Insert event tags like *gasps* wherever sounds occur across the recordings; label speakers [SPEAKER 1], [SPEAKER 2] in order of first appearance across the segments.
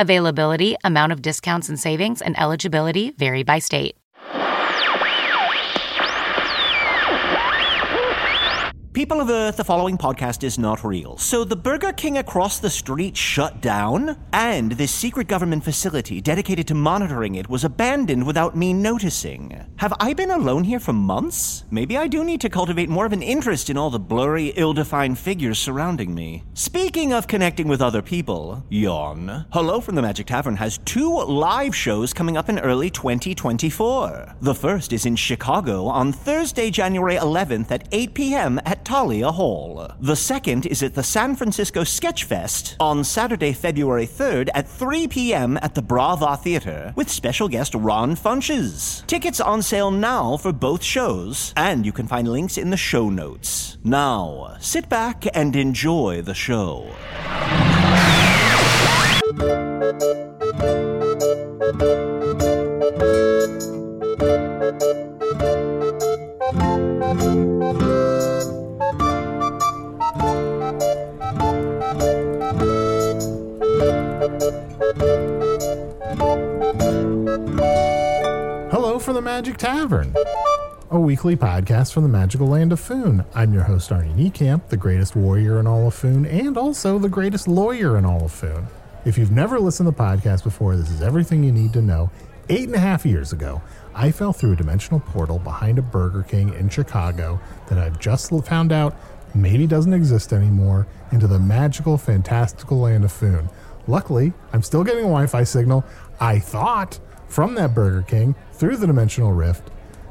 [SPEAKER 1] Availability, amount of discounts and savings, and eligibility vary by state.
[SPEAKER 2] People of Earth, the following podcast is not real. So the Burger King across the street shut down, and this secret government facility dedicated to monitoring it was abandoned without me noticing. Have I been alone here for months? Maybe I do need to cultivate more of an interest in all the blurry, ill defined figures surrounding me. Speaking of connecting with other people, yawn. Hello from the Magic Tavern has two live shows coming up in early 2024. The first is in Chicago on Thursday, January 11th at 8 p.m. at Talia Hall. The second is at the San Francisco Sketchfest on Saturday, February 3rd at 3 p.m. at the Brava Theater with special guest Ron Funches. Tickets on sale now for both shows, and you can find links in the show notes. Now, sit back and enjoy the show.
[SPEAKER 3] Hello from the Magic Tavern, a weekly podcast from the magical land of Foon. I'm your host, Arnie Niekamp, the greatest warrior in all of Foon, and also the greatest lawyer in all of Foon. If you've never listened to the podcast before, this is everything you need to know. Eight and a half years ago, I fell through a dimensional portal behind a Burger King in Chicago that I've just found out maybe doesn't exist anymore into the magical, fantastical land of Foon. Luckily, I'm still getting a Wi Fi signal, I thought, from that Burger King through the dimensional rift,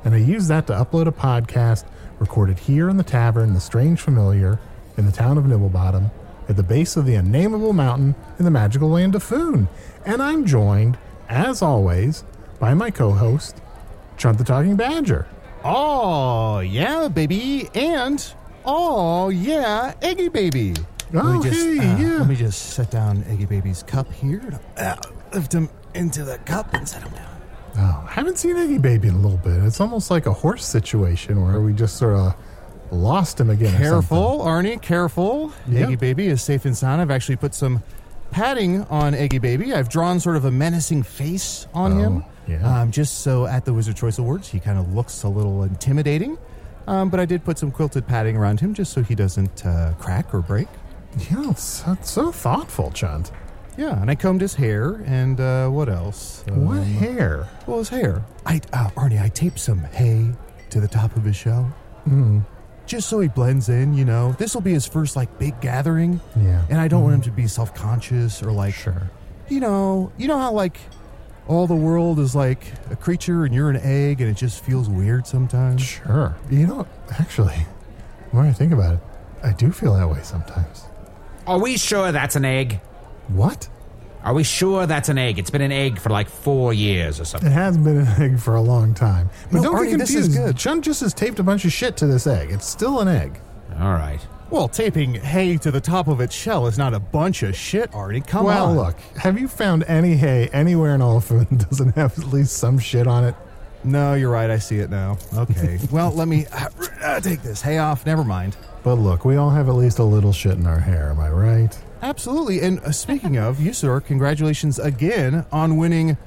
[SPEAKER 3] and I used that to upload a podcast recorded here in the tavern, The Strange Familiar, in the town of Nibblebottom, at the base of the unnameable mountain in the magical land of Foon. And I'm joined, as always, by my co host, Chunt the Talking Badger.
[SPEAKER 4] Oh yeah, baby, and oh yeah, Eggy baby.
[SPEAKER 3] Oh,
[SPEAKER 5] Let me just,
[SPEAKER 3] hey,
[SPEAKER 5] uh,
[SPEAKER 3] yeah.
[SPEAKER 5] Let me just set down Eggy Baby's cup here. Uh, lift him into the cup and set him down.
[SPEAKER 3] Oh, haven't seen Eggy Baby in a little bit. It's almost like a horse situation where we just sort of lost him again. or
[SPEAKER 4] Careful, Arnie, careful.
[SPEAKER 3] Yeah.
[SPEAKER 4] Eggy baby is safe and sound. I've actually put some padding on Eggy baby. I've drawn sort of a menacing face on
[SPEAKER 3] Oh,
[SPEAKER 4] him.
[SPEAKER 3] yeah.
[SPEAKER 4] Um, just so at the Wizard Choice Awards, he kind of looks a little intimidating. Um, but I did put some quilted padding around him just so he doesn't uh, crack or break.
[SPEAKER 3] something. Yeah, it's, it's so thoughtful, Chunt.
[SPEAKER 4] Yeah, and I combed his hair and uh, what else?
[SPEAKER 3] What
[SPEAKER 4] Um,
[SPEAKER 3] hair?
[SPEAKER 4] Well, his hair. I uh, Arnie, I taped some hay to the top of his shell, just so he blends in. You know, this will be his first like big gathering.
[SPEAKER 3] Hmm, Yeah.
[SPEAKER 4] and I don't want him to be self conscious or like,
[SPEAKER 3] Mm. Sure.
[SPEAKER 4] you know, you know how like all the world is like a creature and you're an egg and it just feels weird sometimes.
[SPEAKER 3] Sure. You know, actually, the more I think about it, I do feel that way sometimes.
[SPEAKER 6] Are we sure that's an egg?
[SPEAKER 3] What?
[SPEAKER 6] Are we sure that's an egg? It's been an egg for like four years or
[SPEAKER 3] It
[SPEAKER 6] something.
[SPEAKER 3] has been an egg for a long time. But
[SPEAKER 4] No,
[SPEAKER 3] don't
[SPEAKER 4] Arnie,
[SPEAKER 3] get
[SPEAKER 4] this is
[SPEAKER 3] confused.
[SPEAKER 4] good.
[SPEAKER 3] Chunt just has taped a bunch of shit to this egg. It's still an egg.
[SPEAKER 6] All right.
[SPEAKER 4] Well, taping hay to the top of its shell is not a bunch of shit, Artie. Come
[SPEAKER 3] well,
[SPEAKER 4] on.
[SPEAKER 3] look, have you found any hay anywhere in Oliphant *laughs* that doesn't have at least some shit on it?
[SPEAKER 4] No, you're right. I see it now. Okay. well, let me uh, uh, take this hay off. Never mind.
[SPEAKER 3] But look, we all have at least a little shit in our hair, am I right?
[SPEAKER 4] Absolutely. And uh, speaking of, you, sir, congratulations again on winning. I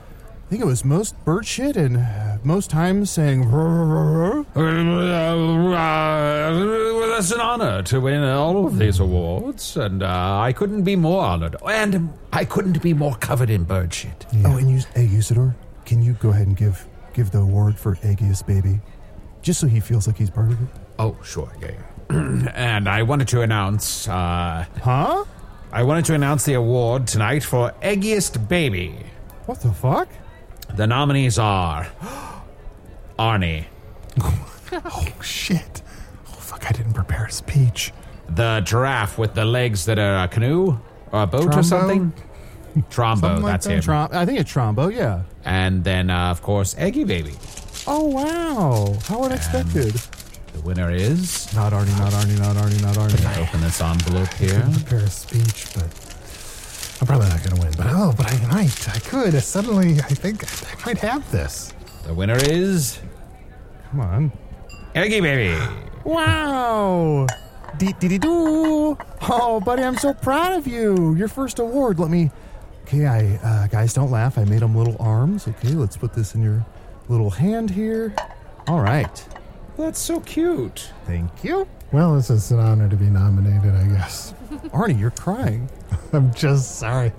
[SPEAKER 4] think it was most bird shit and uh, most times saying.
[SPEAKER 7] Uh, Well, it's an honor to win all of these awards, and uh, I couldn't be more honored. And I couldn't be more covered in bird shit.
[SPEAKER 4] Yeah.
[SPEAKER 8] Oh, and you, hey, Usador, can you go ahead and give give the award for Aegeus Baby, just so he feels like he's part of it?
[SPEAKER 7] Oh, sure, yeah, yeah. *clears throat* and I wanted to announce, uh,
[SPEAKER 4] Huh?
[SPEAKER 7] I wanted to announce the award tonight for Eggiest Baby.
[SPEAKER 4] What the fuck?
[SPEAKER 7] The nominees are Arnie,
[SPEAKER 3] *laughs* Oh, shit. Oh, fuck, I didn't prepare a speech.
[SPEAKER 7] the giraffe with the legs that are a canoe or a boat
[SPEAKER 3] Trombo?
[SPEAKER 4] *laughs*
[SPEAKER 7] or something. Trombo,
[SPEAKER 4] Something like
[SPEAKER 7] that's
[SPEAKER 4] that.
[SPEAKER 7] him.
[SPEAKER 4] Trom- I think it's Trombo, yeah.
[SPEAKER 7] and then, uh, of course, Eggy Baby.
[SPEAKER 4] Oh, wow. How unexpected.
[SPEAKER 7] The winner is.
[SPEAKER 4] not Arnie, not Arnie, not Arnie, not Arnie.
[SPEAKER 7] I open this envelope here.
[SPEAKER 3] Prepare a speech, but I'm probably not going to win. But oh, but I might. I could. Suddenly, I think I might have this.
[SPEAKER 7] The winner is.
[SPEAKER 4] Come on.
[SPEAKER 7] Eggy Baby.
[SPEAKER 4] Wow. Dee dee dee doo. Oh, buddy, I'm so proud of you. Your first award. Let me. Okay, I uh, guys, don't laugh. I made them little arms. Okay, let's put this in your little hand here. All right.
[SPEAKER 7] That's so cute.
[SPEAKER 4] Thank you,
[SPEAKER 3] Well, this is an honor to be nominated, I guess.
[SPEAKER 4] *laughs* Arnie. You're crying.
[SPEAKER 3] *laughs* I'm just sorry.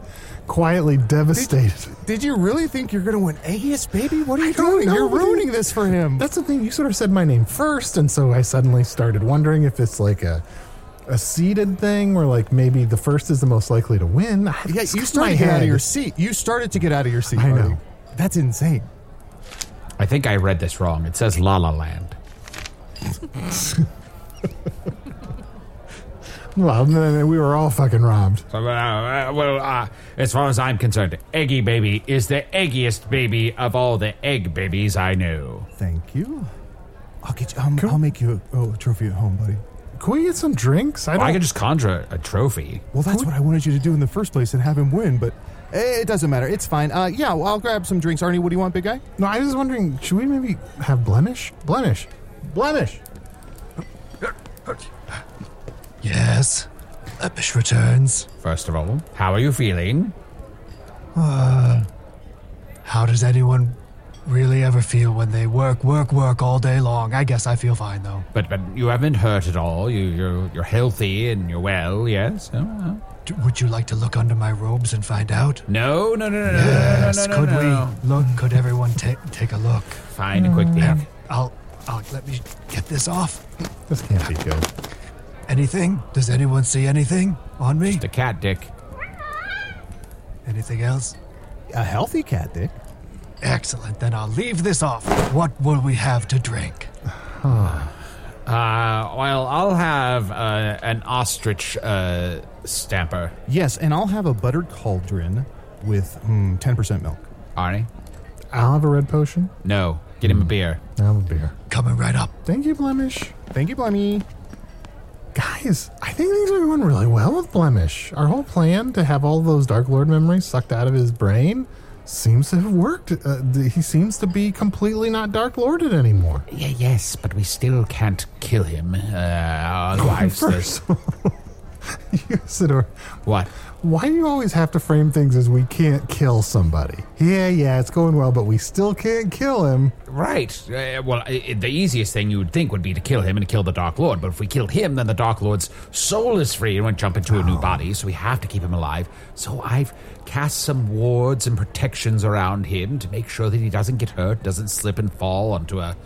[SPEAKER 3] Quietly devastated.
[SPEAKER 4] Did you really think you're gonna win Aegeus, baby? What are you
[SPEAKER 3] don't
[SPEAKER 4] doing?
[SPEAKER 3] know,
[SPEAKER 4] You're
[SPEAKER 3] dude.
[SPEAKER 4] ruining this for him.
[SPEAKER 3] That's the thing. You sort of said my name first, and so I suddenly started wondering if it's like a a seeded thing, where like maybe the first is the most likely to win. I-
[SPEAKER 4] yeah,
[SPEAKER 3] it's
[SPEAKER 4] you
[SPEAKER 3] in
[SPEAKER 4] started
[SPEAKER 3] my
[SPEAKER 4] to get out of
[SPEAKER 3] head.
[SPEAKER 4] your seat. You started to get out of your seat.
[SPEAKER 3] I know.
[SPEAKER 4] Arnie. That's insane.
[SPEAKER 7] I think I read this wrong. It says La La Land.
[SPEAKER 3] *laughs* Well, no, no, we were all fucking robbed.
[SPEAKER 7] So, uh, uh, well, uh, as far as I'm concerned, Eggy Baby is the eggiest baby of all the egg babies I knew.
[SPEAKER 4] Thank you. I'll get you. um, I'll, I'll make you a, a trophy at home, buddy.
[SPEAKER 3] Can we get some drinks? I don't.
[SPEAKER 7] I could just conjure a trophy.
[SPEAKER 4] Well, that's what I wanted you to do in the first place and have him win, but eh, it doesn't matter. It's fine. Uh, yeah, well, I'll grab some drinks. Arnie, what do you want, big guy?
[SPEAKER 3] no, I was wondering, should we maybe have blemish? Blemish, blemish.
[SPEAKER 8] Yes. Epish returns.
[SPEAKER 7] First of all, how are you feeling?
[SPEAKER 8] *sighs* How does anyone really ever feel when they work, work, work all day long? I guess I feel fine though.
[SPEAKER 7] But but you haven't hurt at all. You you're you're healthy and you're well. Yes. No. No.
[SPEAKER 8] D- would you like to look under my robes and find out?
[SPEAKER 7] No. No. No. No. no, no,
[SPEAKER 8] yes.
[SPEAKER 7] no, no,
[SPEAKER 8] could
[SPEAKER 7] no, no.
[SPEAKER 8] we look? Could everyone take take a look?
[SPEAKER 7] Find a quick peek.
[SPEAKER 8] I'll, I'll let me get this off.
[SPEAKER 3] This can't be good.
[SPEAKER 8] Anything? Does anyone see anything on me?
[SPEAKER 7] The cat dick.
[SPEAKER 8] Anything else?
[SPEAKER 4] A healthy cat, Dick.
[SPEAKER 8] Excellent. Then I'll leave this off. What will we have to drink?
[SPEAKER 7] Uh, well, I'll have uh, an ostrich uh, stamper,
[SPEAKER 4] Yes, and I'll have a buttered cauldron with mm, 10% milk.
[SPEAKER 7] Arnie.
[SPEAKER 3] I'll have a red potion.
[SPEAKER 7] No, get him a beer.
[SPEAKER 3] I'll Hmm. have a beer.
[SPEAKER 8] Coming right up.
[SPEAKER 3] Thank you, blemish.
[SPEAKER 4] Thank you, Blemmy.
[SPEAKER 3] Guys, I think things are going really well with Blemish. Our whole plan to have all those Dark Lord memories sucked out of his brain seems to have worked. Uh, th- he seems to be completely not Dark Lorded anymore.
[SPEAKER 7] Yeah, yes, but we still can't kill him. Uh, otherwise, there's
[SPEAKER 3] *laughs* First, *laughs* Usador,
[SPEAKER 7] what?
[SPEAKER 3] why do you always have to frame things as we can't kill somebody? Yeah, yeah, it's going well, but we still can't kill him.
[SPEAKER 7] Right. Uh, well, i i- the easiest thing you would think would be to kill him and kill the Dark Lord. But if we killed him, then the Dark Lord's soul is free and would jump into a new body. So we have to keep him alive. So I've cast some wards and protections around him to make sure that he doesn't get hurt, doesn't slip and fall onto a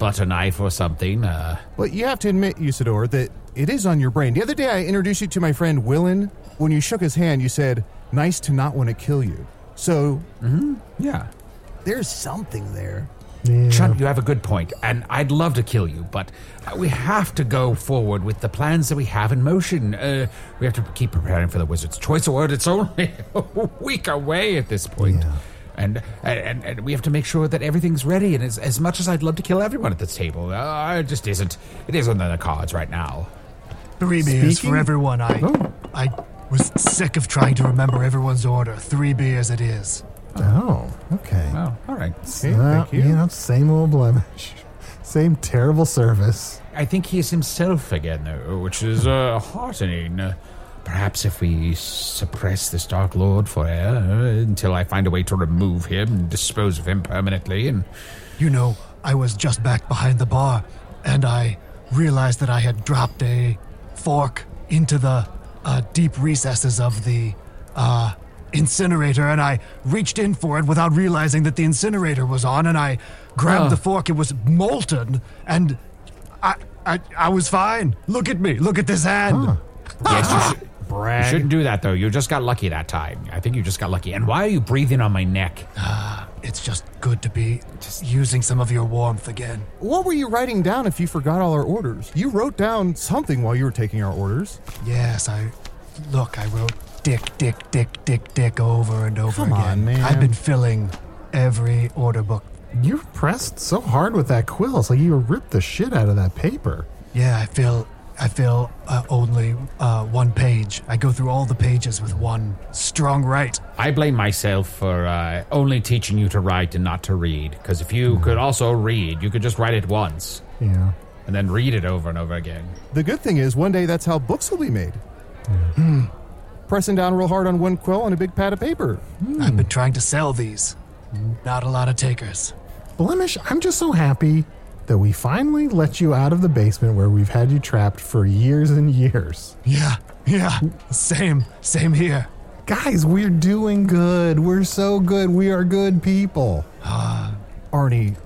[SPEAKER 7] butter knife or something. Uh,
[SPEAKER 4] But you have to admit, Usador, that it is on your brain. The other day I introduced you to my friend Willen. When you shook his hand, you said, nice to not want to kill you. So
[SPEAKER 3] Mm-hmm.
[SPEAKER 7] yeah.
[SPEAKER 4] there's something there.
[SPEAKER 3] Yeah.
[SPEAKER 7] Chun, you have a good point, and I'd love to kill you, but uh, we have to go forward with the plans that we have in motion. Uh, we have to keep preparing for the Wizard's Choice Award. It's only *laughs* a week away at this point. And, and and we have to make sure that everything's ready. And as, as much as I'd love to kill everyone at this table, uh, it just isn't. It isn't on the cards right now.
[SPEAKER 8] Three beers
[SPEAKER 3] Speaking-
[SPEAKER 8] for everyone. I
[SPEAKER 3] Oh.
[SPEAKER 8] I was sick of trying to remember everyone's order. Three beers it is.
[SPEAKER 3] Oh, okay.
[SPEAKER 7] Oh, all right.
[SPEAKER 3] Uh, you. know, same old blemish. *laughs* Same terrible service.
[SPEAKER 7] I think he is himself again, though, which is uh, heartening. Uh, Perhaps if we suppress this Dark Lord for air uh, until I find a way to remove him and dispose of him permanently, and
[SPEAKER 8] You know, I was just back behind the bar and I realized that I had dropped a fork into the uh, deep recesses of the uh, incinerator and I reached in for it without realizing that the incinerator was on and I grabbed the fork. It was molten and I, I, I was fine. Look at me. Look at this hand.
[SPEAKER 7] yes, you, should, you shouldn't do that, though. You just got lucky that time. I think you just got lucky. And why are you breathing on my neck?
[SPEAKER 8] Ah, It's just good to be using some of your warmth again.
[SPEAKER 4] What were you writing down if you forgot all our orders? You wrote down something while you were taking our orders.
[SPEAKER 8] Yes, I look. I wrote dick, dick, dick, dick, dick over and over
[SPEAKER 4] Come
[SPEAKER 8] again.
[SPEAKER 4] on, man.
[SPEAKER 8] I've been filling every order book.
[SPEAKER 3] You pressed so hard with that quill, it's like you ripped the shit out of that paper.
[SPEAKER 8] Yeah, I fill. I fill uh, only uh, one page. I go through all the pages with one strong right.
[SPEAKER 7] I blame myself for uh, only teaching you to write and not to read, because if you
[SPEAKER 8] Mm.
[SPEAKER 7] could also read, you could just write it once
[SPEAKER 3] Yeah.
[SPEAKER 7] and then read it over and over again.
[SPEAKER 4] The good thing is, one day that's how books will be made. Hmm. Pressing down real hard on one quill on a big pad of paper. Hmm.
[SPEAKER 8] I've been trying to sell these. Not a lot of takers. *laughs*
[SPEAKER 3] Blemish, I'm just so happy that we finally let you out of the basement where we've had you trapped for years and years.
[SPEAKER 8] Yeah, yeah. Same, same here.
[SPEAKER 3] Guys, we're doing good. We're so good. We are good people. Ah.
[SPEAKER 9] Arnie,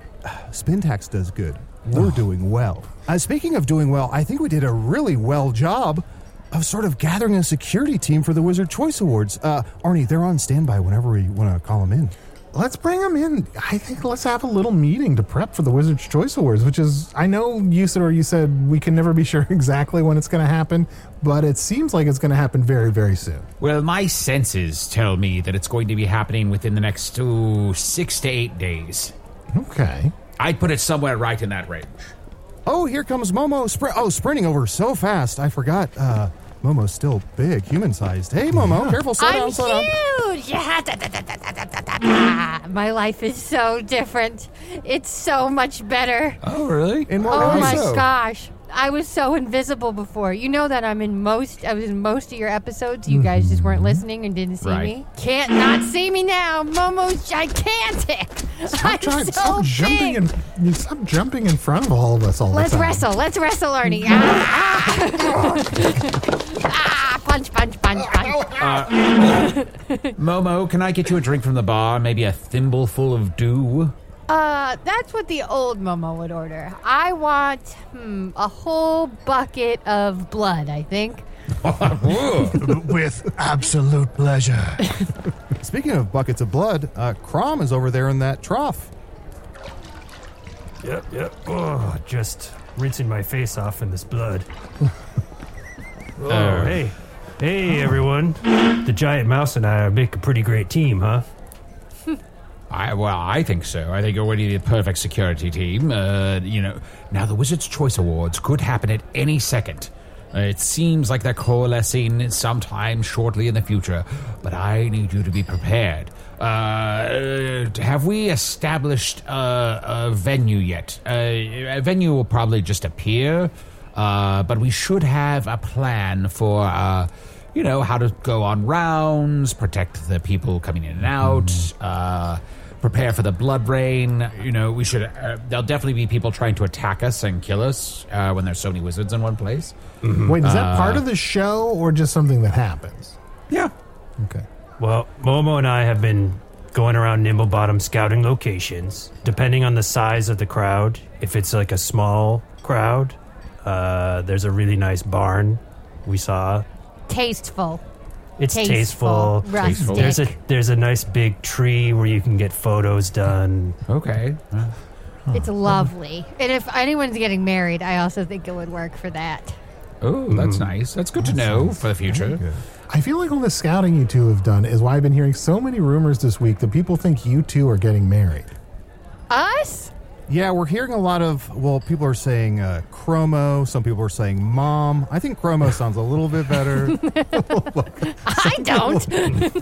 [SPEAKER 9] Spintax does good. We're
[SPEAKER 3] Oh.
[SPEAKER 9] doing well. Uh, speaking of doing well, I think we did a really well job of sort of gathering a security team for the Wizard Choice Awards. Uh, Arnie, they're on standby whenever we want to call them in.
[SPEAKER 3] Let's bring them in. I think let's have a little meeting to prep for the Wizard's Choice Awards, which is, I know, Usador, you said we can never be *laughs* sure exactly when it's going to happen, but it seems like it's going to happen very, very soon.
[SPEAKER 7] Well, my senses tell me that it's going to be happening within the next ooh, six to eight days.
[SPEAKER 3] Okay.
[SPEAKER 7] I'd put it somewhere right in that range.
[SPEAKER 4] Oh, here comes Momo. Spr- oh, sprinting over so fast. I forgot. Uh, Momo's still big, human sized. Hey, Momo, careful. Slow
[SPEAKER 10] I'm
[SPEAKER 4] down, slow down.
[SPEAKER 10] huge. Yeah. da, da, da, da, da, da, da, da. My life is so different. It's so much better.
[SPEAKER 7] Oh, really?
[SPEAKER 4] In what
[SPEAKER 10] oh
[SPEAKER 4] way
[SPEAKER 10] my
[SPEAKER 4] so?
[SPEAKER 10] gosh. I was so invisible before. You know that I'm in most I was in most of your episodes. You guys just weren't listening and didn't see
[SPEAKER 7] Right.
[SPEAKER 10] me. Can't not see me now. Momo's gigantic. I'm
[SPEAKER 3] Stop, trying,
[SPEAKER 10] so
[SPEAKER 3] stop jumping
[SPEAKER 10] big.
[SPEAKER 3] in. you Stop jumping in front of all of us all
[SPEAKER 10] Let's
[SPEAKER 3] the time.
[SPEAKER 10] wrestle. Let's wrestle, Arnie. ah, ah. *laughs* ah, punch, punch, punch, punch.
[SPEAKER 7] Uh, Momo, can I get you a drink from the bar? Maybe a thimbleful of dew?
[SPEAKER 10] Uh, that's what the old Momo would order. I want hmm, a whole bucket of blood, I think.
[SPEAKER 8] With absolute pleasure.
[SPEAKER 4] Speaking of buckets of blood, uh, Crom is over there in that trough.
[SPEAKER 11] Yep, yep. Oh, just rinsing my face off in this *laughs* blood. oh, hey. Hey, everyone. The giant mouse and I make a pretty great team, huh?
[SPEAKER 7] *laughs* I, well, I think so. I think you're already the perfect security team. Uh, you know, now the Wizard's Choice Awards could happen at any second. Uh, it seems like they're coalescing sometime shortly in the future, but I need you to be prepared. Uh, Uh, have we established uh, a venue yet? Uh, a venue will probably just appear, uh, but we should have a plan for. Uh, you know, how to go on rounds, protect the people coming in and out, uh, prepare for the blood rain. You know, we should. Uh, there'll definitely be people trying to attack us and kill us uh, when there's so many wizards in one place. Uh,
[SPEAKER 3] Wait, is that part of the show or just something that happens?
[SPEAKER 7] Yeah.
[SPEAKER 3] Okay.
[SPEAKER 11] Well, Momo and I have been going around Nimble Bottom scouting locations. Depending on the size of the crowd, if it's like a small crowd, uh, there's a really nice barn we saw.
[SPEAKER 10] Tasteful.
[SPEAKER 11] It's
[SPEAKER 10] Tasteful,
[SPEAKER 11] tasteful.
[SPEAKER 10] Tasteful.
[SPEAKER 11] There's a
[SPEAKER 10] rustic.
[SPEAKER 11] there's a nice big tree where you can get photos done. Uh,
[SPEAKER 7] Okay.
[SPEAKER 10] It's lovely. And if anyone's getting married, I also think it would work for that.
[SPEAKER 7] Oh, that's nice. That's good to know for the future.
[SPEAKER 3] I feel like all the scouting you two have done is why I've been hearing so many rumors this week that people think you two are getting married.
[SPEAKER 10] Us?
[SPEAKER 4] Yeah, we're hearing a lot of, well, people are saying uh, chromo. Some people are saying mom. I think chromo sounds a little bit better.
[SPEAKER 10] *laughs*
[SPEAKER 8] *laughs*
[SPEAKER 10] I don't.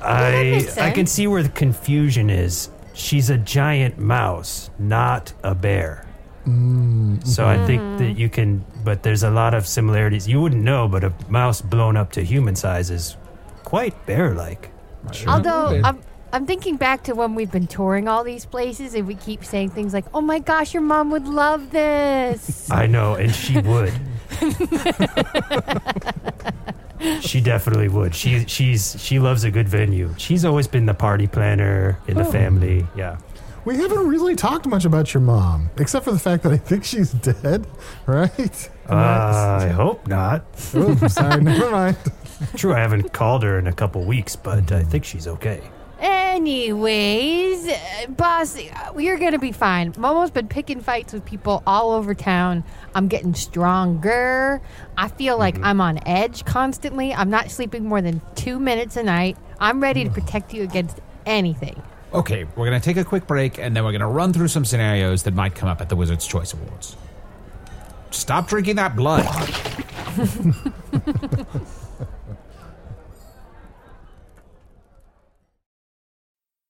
[SPEAKER 11] I
[SPEAKER 10] makes
[SPEAKER 11] I can
[SPEAKER 10] sense.
[SPEAKER 11] see where the confusion is. She's a giant mouse, not a bear. So I think that you can, but there's a lot of similarities. You wouldn't know, but a mouse blown up to human size is quite bear-like.
[SPEAKER 10] Although um, I'm, I'm thinking back to when we've been touring all these places and we keep saying things like, "Oh my gosh, your mom would love this."
[SPEAKER 11] I know, and
[SPEAKER 10] *laughs*
[SPEAKER 11] she would. she definitely would. She she's she loves a good venue. She's always been the party planner in the family. Yeah.
[SPEAKER 3] We haven't really talked much about your mom, except for the fact that I think she's dead, right?
[SPEAKER 11] Uh, I hope not.
[SPEAKER 3] oh,
[SPEAKER 11] *laughs*
[SPEAKER 3] sorry, never mind.
[SPEAKER 11] True, I haven't called her in a couple weeks, but I think she's okay.
[SPEAKER 10] Anyways, uh, boss, uh, you're gonna be fine. Momo's been picking fights with people all over town. I'm getting stronger. I feel
[SPEAKER 4] Mm-hmm.
[SPEAKER 10] like I'm on edge constantly. I'm not sleeping more than two minutes a night. I'm ready to protect you against anything.
[SPEAKER 7] Okay, we're going to take a quick break and then we're going to run through some scenarios that might come up at the Wizard's Choice Awards. Stop drinking that blood.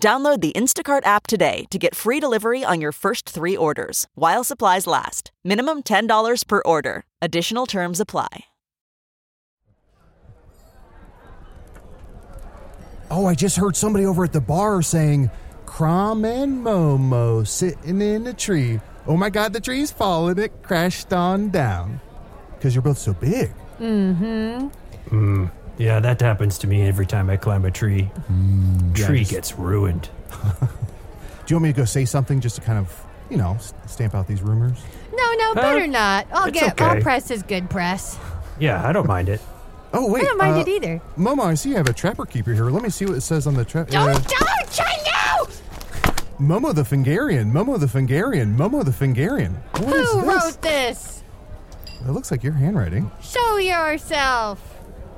[SPEAKER 12] Download the Instacart app today to get free delivery on your first three orders while supplies last. Minimum $10 per order. Additional terms apply.
[SPEAKER 4] oh, I just heard somebody over at the bar saying, Crom and Momo sitting in a tree. Oh my God, the tree's falling. It crashed on down. Because you're both so big.
[SPEAKER 10] Mm-hmm.
[SPEAKER 3] Hmm.
[SPEAKER 11] Mm. Yeah, that happens to me every time I climb a tree.
[SPEAKER 3] Hmm,
[SPEAKER 11] tree gets ruined.
[SPEAKER 4] Do you want me to go say something just to kind of, you know, s- stamp out these rumors?
[SPEAKER 10] No, no, better not. I'll
[SPEAKER 4] it's
[SPEAKER 10] get all
[SPEAKER 4] okay.
[SPEAKER 10] press is good press.
[SPEAKER 11] Yeah, I don't mind it.
[SPEAKER 4] *laughs* Oh, wait.
[SPEAKER 10] I don't mind
[SPEAKER 4] uh,
[SPEAKER 10] it either.
[SPEAKER 4] Momo, I see you have a trapper keeper here. Let me see what it says on the trap.
[SPEAKER 10] Don't, don't, Chang, no!
[SPEAKER 4] Momo the Fingarian, Momo the Fingarian, Momo the Fingarian. What is
[SPEAKER 10] Who
[SPEAKER 4] this?
[SPEAKER 10] wrote this?
[SPEAKER 4] It looks like your handwriting.
[SPEAKER 10] Show yourself.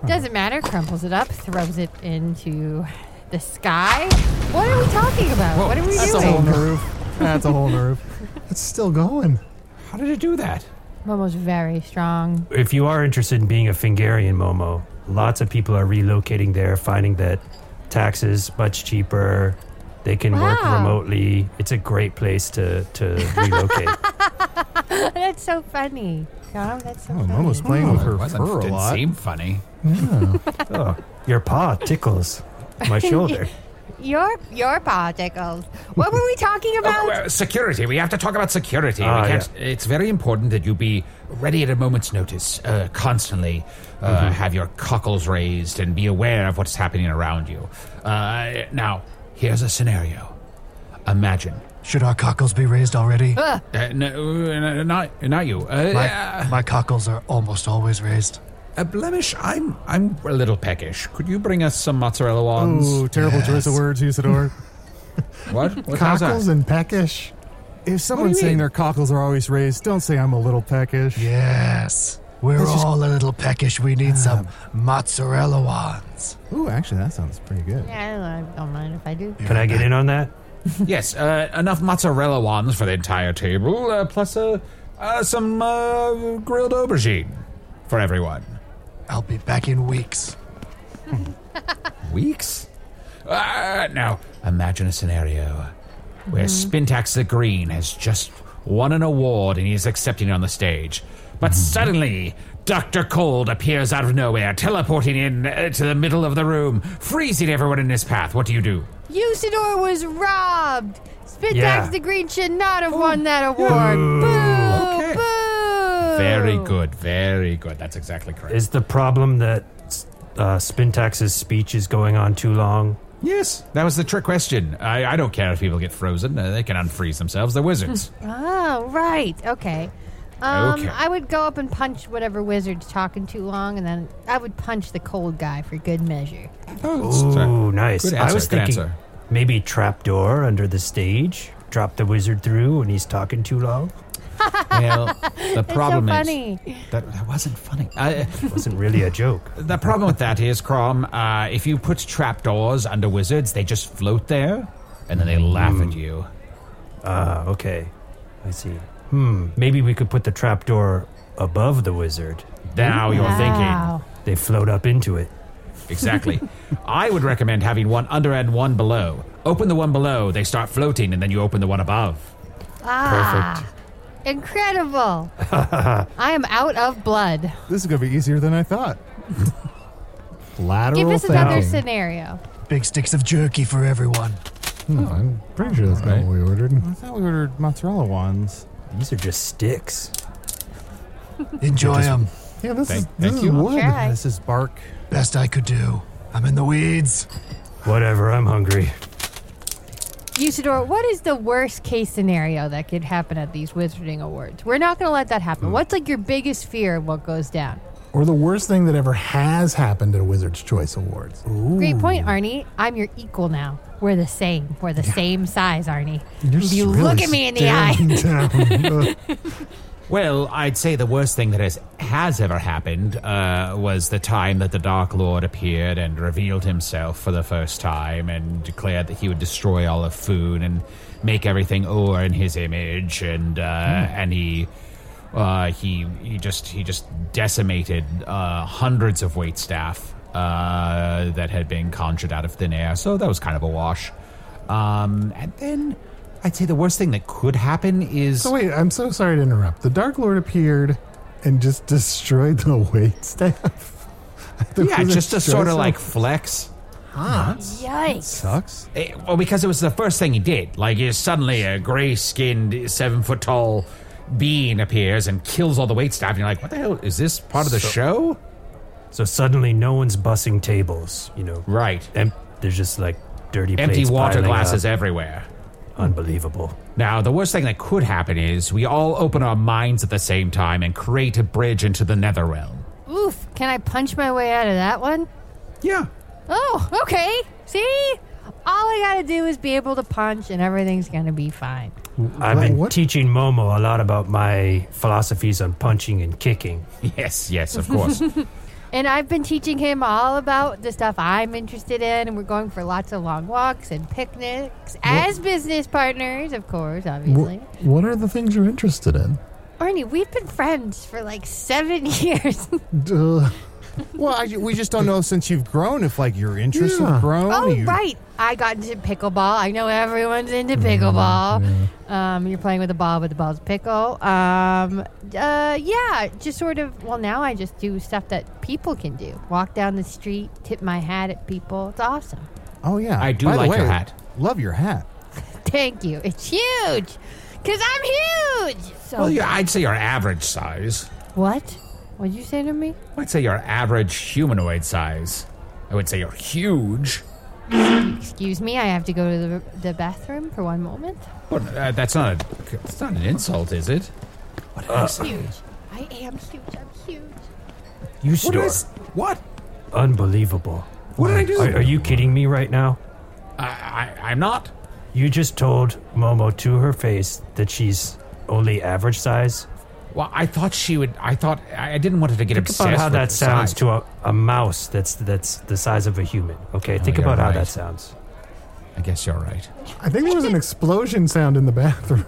[SPEAKER 10] Doesn't matter. Crumples it up, throws it into the sky. What are we talking about? what are we
[SPEAKER 4] That's
[SPEAKER 10] doing?
[SPEAKER 4] a hole in the roof. That's a hole in the roof.
[SPEAKER 3] It's still going.
[SPEAKER 11] How did it do that?
[SPEAKER 10] Momo's very
[SPEAKER 11] *laughs*
[SPEAKER 10] strong.
[SPEAKER 11] If you are interested in being a Fingarian Momo, lots of people are relocating there, finding that taxes much cheaper. They can work
[SPEAKER 10] Wow.
[SPEAKER 11] remotely. It's a great place to, to
[SPEAKER 3] *laughs*
[SPEAKER 11] relocate.
[SPEAKER 10] that's so funny. No, that's so
[SPEAKER 11] Oh,
[SPEAKER 10] funny.
[SPEAKER 11] Momo's playing with her
[SPEAKER 7] Wasn't-
[SPEAKER 11] fur a
[SPEAKER 7] didn't
[SPEAKER 11] lot.
[SPEAKER 7] seem funny.
[SPEAKER 11] oh, your paw tickles my shoulder.
[SPEAKER 10] *laughs* Your your particles. What were we talking
[SPEAKER 11] Oh,
[SPEAKER 10] about?
[SPEAKER 7] Uh, security. We have to talk about security.
[SPEAKER 11] Ah,
[SPEAKER 7] we can't, It's very important that you be ready at a moment's notice, uh, constantly. Uh, Have your cockles raised and be aware of what's happening around you. Uh, now, here's a scenario. Imagine.
[SPEAKER 8] Should our cockles be raised already?
[SPEAKER 7] Uh, no, uh, not, not you. Uh,
[SPEAKER 8] My, my cockles are almost always raised.
[SPEAKER 7] uh, Blemish, I'm I'm a little peckish. Could you bring us some mozzarella wands?
[SPEAKER 3] Ooh, terrible choice of words, Usador.
[SPEAKER 7] *laughs* What? what how's that?
[SPEAKER 3] Cockles and peckish.
[SPEAKER 4] If someone's saying their cockles are always raised, don't say I'm a little peckish.
[SPEAKER 8] Yes. We're
[SPEAKER 13] This is- Um.
[SPEAKER 8] all a little peckish. We need some mozzarella ones.
[SPEAKER 13] Ooh, actually, that sounds pretty good.
[SPEAKER 10] Yeah, I don't mind if I do.
[SPEAKER 11] Can I get in on that?
[SPEAKER 7] *laughs* yes, uh, enough mozzarella ones for the entire table, uh, plus uh, uh, some uh, grilled aubergine for everyone.
[SPEAKER 8] I'll be back in weeks.
[SPEAKER 7] Weeks? Uh, now, imagine a scenario where
[SPEAKER 8] Mm-hmm.
[SPEAKER 14] Mhm.
[SPEAKER 7] Spintax the Green has just won an award and he's accepting it on the stage. But
[SPEAKER 8] Mm-hmm.
[SPEAKER 7] suddenly, Dr. Cold appears out of nowhere, teleporting in uh, to the middle of the room, freezing everyone in his path. What do you do?
[SPEAKER 10] Usador was robbed. Spintax
[SPEAKER 7] Yeah.
[SPEAKER 10] the Green should not have won that award. Boo!
[SPEAKER 8] Oh.
[SPEAKER 10] Boo!
[SPEAKER 7] Very good, very good. That's exactly correct.
[SPEAKER 11] Is the problem that uh, Spintax's speech is going on too long?
[SPEAKER 7] Yes, that was the trick question. I, I don't care if people get frozen; uh, they can unfreeze themselves. They're
[SPEAKER 11] *laughs*
[SPEAKER 7] wizards.
[SPEAKER 10] *laughs* Oh, right. Okay. Um,
[SPEAKER 7] Okay.
[SPEAKER 10] I would go up and punch whatever wizard's talking too long, and then I would punch the cold guy for good measure.
[SPEAKER 7] Oh,
[SPEAKER 10] *laughs*
[SPEAKER 11] Ooh, nice.
[SPEAKER 7] Good
[SPEAKER 11] I
[SPEAKER 7] answer,
[SPEAKER 11] was
[SPEAKER 7] good
[SPEAKER 11] thinking
[SPEAKER 7] answer.
[SPEAKER 11] maybe trapdoor under the stage, drop the wizard through, and he's talking too long. *laughs*
[SPEAKER 7] well, the problem
[SPEAKER 10] so
[SPEAKER 7] is
[SPEAKER 10] funny.
[SPEAKER 7] that that wasn't funny. *laughs* I,
[SPEAKER 11] uh, wasn't really a joke.
[SPEAKER 7] The problem with that is, Crom, uh, if you put trapdoors under wizards, they just float there, and then they laugh at you.
[SPEAKER 11] Mm. Ah, okay. I see. Hmm. Maybe we could put the trapdoor above the wizard.
[SPEAKER 7] Now you're thinking. Wow.
[SPEAKER 11] thinking. They float up into it.
[SPEAKER 7] *laughs*
[SPEAKER 11] *laughs*
[SPEAKER 7] Exactly. I would recommend having one under and one below. Open the one below; they start floating, and then you open the one
[SPEAKER 11] *laughs*
[SPEAKER 7] above.
[SPEAKER 10] Ah, incredible. I am out of blood.
[SPEAKER 13] This is going to be easier than I
[SPEAKER 11] *laughs*
[SPEAKER 13] thought.
[SPEAKER 3] Lateral
[SPEAKER 10] Give us another
[SPEAKER 3] thinking.
[SPEAKER 10] scenario.
[SPEAKER 8] Big sticks of jerky for everyone.
[SPEAKER 3] Hmm, I'm pretty sure that's not what we ordered.
[SPEAKER 13] I thought we ordered mozzarella ones.
[SPEAKER 11] These are just sticks.
[SPEAKER 8] Enjoy them.
[SPEAKER 3] Yeah, this
[SPEAKER 7] Thank-
[SPEAKER 3] is this
[SPEAKER 7] thank
[SPEAKER 3] is
[SPEAKER 7] you.
[SPEAKER 3] wood.
[SPEAKER 10] Okay.
[SPEAKER 13] This is bark.
[SPEAKER 8] Best I could do. I'm in the weeds.
[SPEAKER 11] Whatever. I'm hungry.
[SPEAKER 10] Usador, what is the worst case scenario that could happen at these Wizarding Awards? We're not going to let that
[SPEAKER 13] Hmm.
[SPEAKER 10] happen. What's like your biggest fear of what goes down?
[SPEAKER 3] Or the worst thing that ever has happened at a Wizard's Choice Awards.
[SPEAKER 10] Great point, Arnie. I'm your equal now. We're the same. We're the same size, Arnie.
[SPEAKER 3] You're
[SPEAKER 10] you look at me in the eye. *laughs*
[SPEAKER 3] *laughs*
[SPEAKER 7] *laughs*
[SPEAKER 3] eye.
[SPEAKER 7] Well, I'd say the worst thing that has, has ever happened uh, was the time that the Dark Lord appeared and revealed himself for the first time and declared that he would destroy all of food and make everything ore in his image, and uh,
[SPEAKER 3] Hmm.
[SPEAKER 7] and he. Uh, he he just he just decimated uh, hundreds of wait staff uh, that had been conjured out of thin air. So that was kind of a wash. Um, and then I'd say the worst thing that could happen is
[SPEAKER 3] so wait, I'm so sorry to interrupt. The Dark Lord appeared and just destroyed the wait staff. *laughs* The
[SPEAKER 7] yeah,
[SPEAKER 3] Wizard's
[SPEAKER 7] just a sort
[SPEAKER 3] Choice
[SPEAKER 7] of like
[SPEAKER 3] Awards.
[SPEAKER 7] flex.
[SPEAKER 10] Yikes.
[SPEAKER 13] Sucks.
[SPEAKER 7] Eh, well, because it was the first thing he did. Like, is suddenly a gray-skinned, seven-foot-tall being appears and kills all the waitstaff. And you're like, what the hell is this part of the show?
[SPEAKER 11] So suddenly, no one's bussing tables. You know,
[SPEAKER 7] Right.
[SPEAKER 11] em- there's just like dirty
[SPEAKER 7] Empty
[SPEAKER 11] plates
[SPEAKER 7] water
[SPEAKER 11] piling
[SPEAKER 7] glasses
[SPEAKER 11] up.
[SPEAKER 7] everywhere.
[SPEAKER 11] Unbelievable.
[SPEAKER 7] Now, the worst thing that could happen is we all open our minds at the same time and create a bridge into the nether realm.
[SPEAKER 10] Oof. Can I punch my way out of that one?
[SPEAKER 7] Yeah.
[SPEAKER 10] Oh, okay. See? All I got to do is be able to punch, and everything's going to be fine.
[SPEAKER 11] I've
[SPEAKER 3] Wha-
[SPEAKER 11] been
[SPEAKER 3] what?
[SPEAKER 11] teaching Momo a lot about my philosophies on punching and kicking.
[SPEAKER 7] Yes, yes, of course.
[SPEAKER 10] *laughs*
[SPEAKER 7] *laughs*
[SPEAKER 10] And I've been teaching him all about the stuff I'm interested in, and we're going for lots of long walks and picnics as business partners, of course, obviously.
[SPEAKER 3] Wh- What are the things you're interested in?
[SPEAKER 10] Arnie, we've been friends for like seven *laughs* years.
[SPEAKER 3] Duh.
[SPEAKER 13] Well, I, we just don't know since you've grown if like your interests
[SPEAKER 3] Yeah.
[SPEAKER 13] have grown.
[SPEAKER 10] oh,
[SPEAKER 13] you-
[SPEAKER 10] right. I got into pickleball. I know everyone's into
[SPEAKER 3] Mm-hmm.
[SPEAKER 10] pickleball. Um, you're playing with a ball, but the ball's a pickle. Um, uh, yeah, just sort of. Well, now I just do stuff that people can do. Walk down the street, tip my hat at people. It's awesome.
[SPEAKER 13] Oh yeah.
[SPEAKER 7] I do
[SPEAKER 13] By the
[SPEAKER 7] like your
[SPEAKER 13] way,
[SPEAKER 7] hat.
[SPEAKER 13] Love your hat.
[SPEAKER 10] Thank you. It's huge. Because I'm huge. So,
[SPEAKER 7] well, yeah, I'd say you're average size.
[SPEAKER 10] what? What'd you say to me?
[SPEAKER 7] I'd say you're average humanoid size. I would say you're huge.
[SPEAKER 10] Excuse me, I have to go to the, the bathroom for one moment.
[SPEAKER 7] But uh, that's not a, that's not an insult, is it? Uh, What did I say?
[SPEAKER 10] Huge. I am huge. I'm huge.
[SPEAKER 11] *laughs*
[SPEAKER 7] What did
[SPEAKER 11] You
[SPEAKER 7] I
[SPEAKER 11] store.
[SPEAKER 7] s- What?
[SPEAKER 11] Unbelievable.
[SPEAKER 7] What did I do?
[SPEAKER 11] Are, are you kidding me right now?
[SPEAKER 7] I, I, I'm not.
[SPEAKER 11] You just told Momo to her face that she's only average size.
[SPEAKER 7] Well, I thought she would. I thought I I didn't want her to get
[SPEAKER 11] Think
[SPEAKER 7] obsessed.
[SPEAKER 11] about how
[SPEAKER 7] with
[SPEAKER 11] that
[SPEAKER 7] the
[SPEAKER 11] sounds
[SPEAKER 7] size.
[SPEAKER 11] to a, a mouse that's that's the size of a human. Okay, think
[SPEAKER 7] Oh, you're
[SPEAKER 11] about how
[SPEAKER 7] right.
[SPEAKER 11] that sounds.
[SPEAKER 7] I guess you're right.
[SPEAKER 3] I think there was an explosion sound in
[SPEAKER 4] *laughs*
[SPEAKER 3] the bathroom.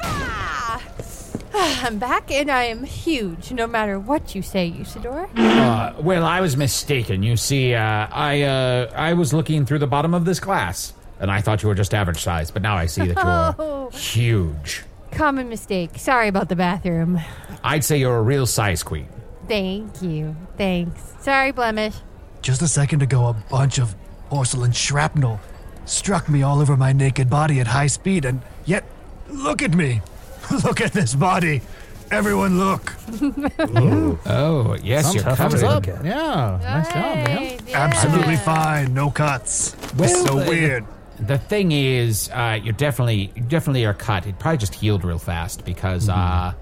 [SPEAKER 10] *sighs* I'm back and I am huge, no matter what you say, Usador.
[SPEAKER 7] Uh, well, I was mistaken. You see, uh, I uh, I was looking through the bottom of this glass, and I thought you were just average size, but now I see that
[SPEAKER 10] *laughs* Oh,
[SPEAKER 7] you're huge.
[SPEAKER 10] common mistake. Sorry about the bathroom.
[SPEAKER 7] I'd say you're a real size queen.
[SPEAKER 10] Thank you. Thanks. Sorry, blemish.
[SPEAKER 8] Just a second ago, a bunch of porcelain shrapnel struck me all over my naked body at high speed, and yet, look at me. *laughs* look at this body.
[SPEAKER 7] *laughs*
[SPEAKER 8] Everyone, look.
[SPEAKER 7] Oh, yes,
[SPEAKER 8] Some
[SPEAKER 7] you're
[SPEAKER 8] tough
[SPEAKER 7] covered.
[SPEAKER 8] to look
[SPEAKER 7] Yeah.
[SPEAKER 8] at.
[SPEAKER 7] nice job, man.
[SPEAKER 8] Absolutely fine. No cuts. It's so
[SPEAKER 7] the-
[SPEAKER 8] weird.
[SPEAKER 7] The thing is, uh, you're definitely you definitely are cut. It probably just healed real fast because uh,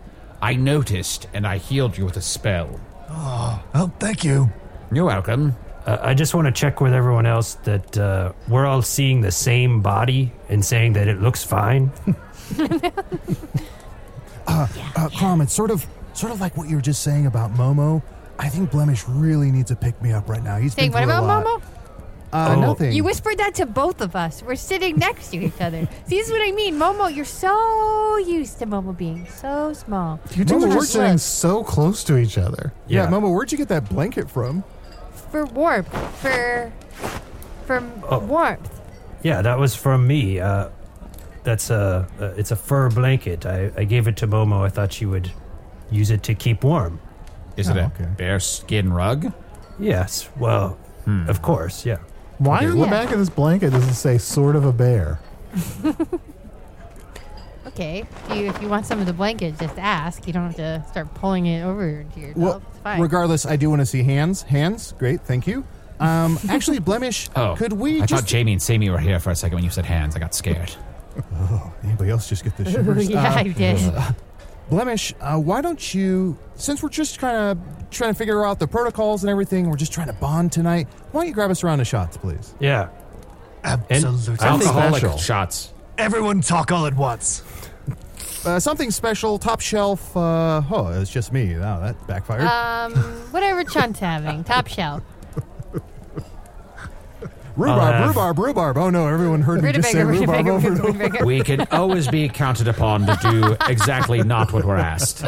[SPEAKER 7] I noticed and I healed you with a spell.
[SPEAKER 8] Oh, well, thank you.
[SPEAKER 7] You're welcome.
[SPEAKER 11] Uh, I just want to check with everyone else that uh, we're all seeing the same body and saying that it looks fine.
[SPEAKER 4] Uh, uh, Crom, it's sort of, sort of like what you were just saying about Momo. I think Blemish really needs to pick me up right now. He's
[SPEAKER 10] Saying
[SPEAKER 4] been
[SPEAKER 10] what
[SPEAKER 4] through a
[SPEAKER 10] about
[SPEAKER 4] lot.
[SPEAKER 10] Momo? Oh,
[SPEAKER 4] Uh,
[SPEAKER 7] Oh.
[SPEAKER 4] nothing.
[SPEAKER 10] You whispered that to both of us. We're sitting next to
[SPEAKER 4] *laughs*
[SPEAKER 10] each other. See, this is what I mean. Momo, you're so used to Momo being so small.
[SPEAKER 3] You two
[SPEAKER 10] Momo
[SPEAKER 3] were
[SPEAKER 10] just
[SPEAKER 3] sitting
[SPEAKER 10] looks
[SPEAKER 3] so close to each other.
[SPEAKER 4] Yeah, Momo, where'd you get that blanket from?
[SPEAKER 10] For warmth. For. For
[SPEAKER 11] Oh.
[SPEAKER 10] warmth.
[SPEAKER 11] Yeah, that was from me. Uh, that's a uh, it's a fur blanket. I, I gave it to Momo. I thought she would use it to keep warm.
[SPEAKER 7] Is
[SPEAKER 11] Oh,
[SPEAKER 7] it a bear skin rug? Hmm.
[SPEAKER 11] Yes. Well, of course. Yeah.
[SPEAKER 3] Why
[SPEAKER 11] Okay,
[SPEAKER 3] on
[SPEAKER 11] what-
[SPEAKER 3] the back of this blanket does it say "sort of a bear"?
[SPEAKER 10] Okay. If you, if you want some of the blanket, just ask. You don't have to start pulling it over to yourself.
[SPEAKER 4] Well,
[SPEAKER 10] it's fine.
[SPEAKER 4] regardless, I do want to see hands. Hands, great, thank you.
[SPEAKER 10] *laughs*
[SPEAKER 4] Um, actually, Blemish,
[SPEAKER 7] Oh,
[SPEAKER 4] could we
[SPEAKER 7] I
[SPEAKER 4] just?
[SPEAKER 7] thought Jamie and Sammy were here for a second when you said hands. I got scared.
[SPEAKER 4] oh, anybody else just get
[SPEAKER 10] *laughs*
[SPEAKER 4] the shivers? Uh, Oh,
[SPEAKER 10] yeah, I did.
[SPEAKER 4] Blemish, uh, why don't you? Since we're just kind of trying to figure out the protocols and everything, we're just trying to bond tonight. Why don't you grab us a round of shots, please?
[SPEAKER 11] Yeah.
[SPEAKER 8] Absolutely.
[SPEAKER 7] Alcoholic shots.
[SPEAKER 8] Everyone talk all at once.
[SPEAKER 4] Uh, something special, top shelf. Uh, oh, it's just me. Wow, that backfired.
[SPEAKER 10] Um, whatever Chunt's having. Top shelf.
[SPEAKER 4] rhubarb,
[SPEAKER 7] I'll have-
[SPEAKER 4] rhubarb, rhubarb. Oh no, everyone heard me just say
[SPEAKER 10] Rutabaga,
[SPEAKER 4] rhubarb
[SPEAKER 10] rutabaga,
[SPEAKER 4] over and over.
[SPEAKER 10] rutabaga.
[SPEAKER 7] We can
[SPEAKER 4] *laughs*
[SPEAKER 7] always be counted upon to
[SPEAKER 11] *laughs*
[SPEAKER 7] do exactly not what we're asked.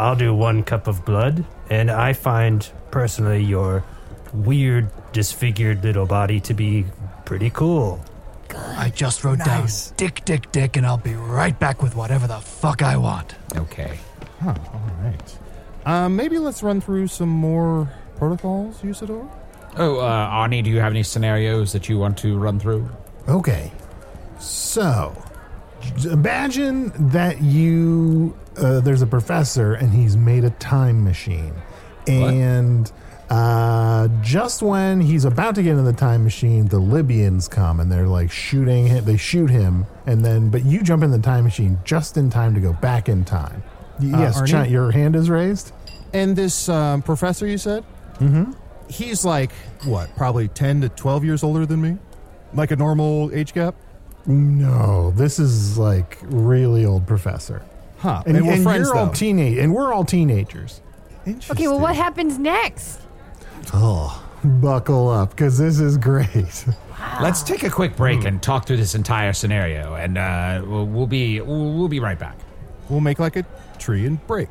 [SPEAKER 11] I'll do one cup of blood, and I find personally your weird, disfigured little body to be pretty cool.
[SPEAKER 8] I just wrote down dick, dick, dick, and I'll be right back with whatever the fuck I want.
[SPEAKER 7] Okay.
[SPEAKER 4] Huh, all right. Um, maybe let's run through some more protocols, Usador.
[SPEAKER 7] Oh, uh, Arnie, do you have any scenarios that you want to run through?
[SPEAKER 3] Okay. So, j- imagine that you uh, there's a professor and he's made a time machine, and uh, just when he's about to get in the time machine, the Libyans come and they're like shooting him. They shoot him, and then but you jump in the time machine just in time to go back in time. Y-
[SPEAKER 4] Uh,
[SPEAKER 3] yes,
[SPEAKER 4] Arnie?
[SPEAKER 3] Chant, your hand is raised.
[SPEAKER 4] And this um, professor, you said?
[SPEAKER 3] Mm-hmm.
[SPEAKER 4] He's like, what, probably 10 to 12 years older than me? Like a normal age gap?
[SPEAKER 3] No, this is like really old professor.
[SPEAKER 4] Huh.
[SPEAKER 3] And,
[SPEAKER 4] And we're
[SPEAKER 3] and
[SPEAKER 4] friends,
[SPEAKER 3] you're all
[SPEAKER 4] though.
[SPEAKER 3] teenage, and we're all teenagers.
[SPEAKER 10] Okay, well, what happens next?
[SPEAKER 3] Oh, buckle up, because this is great.
[SPEAKER 7] Let's take a quick break and talk through this entire scenario, and uh, we'll we'll be we'll we'll be right back.
[SPEAKER 4] We'll make like a tree and break.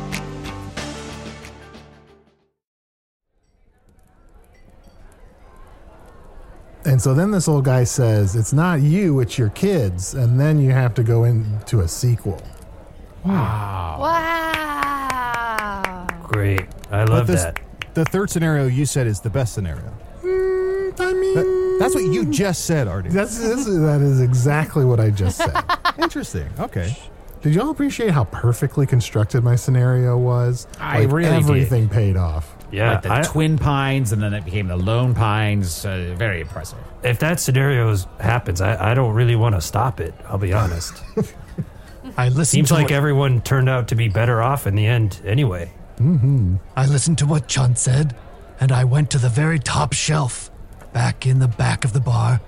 [SPEAKER 3] And so then this old guy says, It's not you, it's your kids. And then you have to go into a sequel.
[SPEAKER 11] Wow.
[SPEAKER 3] Ah,
[SPEAKER 10] Wow.
[SPEAKER 11] Great. I love
[SPEAKER 4] this-
[SPEAKER 11] that.
[SPEAKER 4] The third scenario you said is the best scenario.
[SPEAKER 3] Mm, I mean,
[SPEAKER 4] that's what you just said, Artie.
[SPEAKER 3] That's, that's, that is exactly what I just said.
[SPEAKER 4] *laughs* Interesting. Okay.
[SPEAKER 3] Did y'all appreciate how perfectly constructed my scenario was?
[SPEAKER 7] I
[SPEAKER 3] like
[SPEAKER 7] really did.
[SPEAKER 3] everything paid off.
[SPEAKER 11] Yeah,
[SPEAKER 7] like the
[SPEAKER 11] I-
[SPEAKER 7] Twin Pines, and then it became the Lone Pines. Uh, very impressive.
[SPEAKER 11] If that scenario is- happens, I, I don't really want to stop it. I'll be honest.
[SPEAKER 8] I listened
[SPEAKER 11] Seems
[SPEAKER 8] to
[SPEAKER 11] like
[SPEAKER 8] what-
[SPEAKER 11] everyone turned out to be better off in the end, anyway.
[SPEAKER 8] Mm-hmm. I listened to what Chun said, and I went to the very top shelf, back in the back of the bar,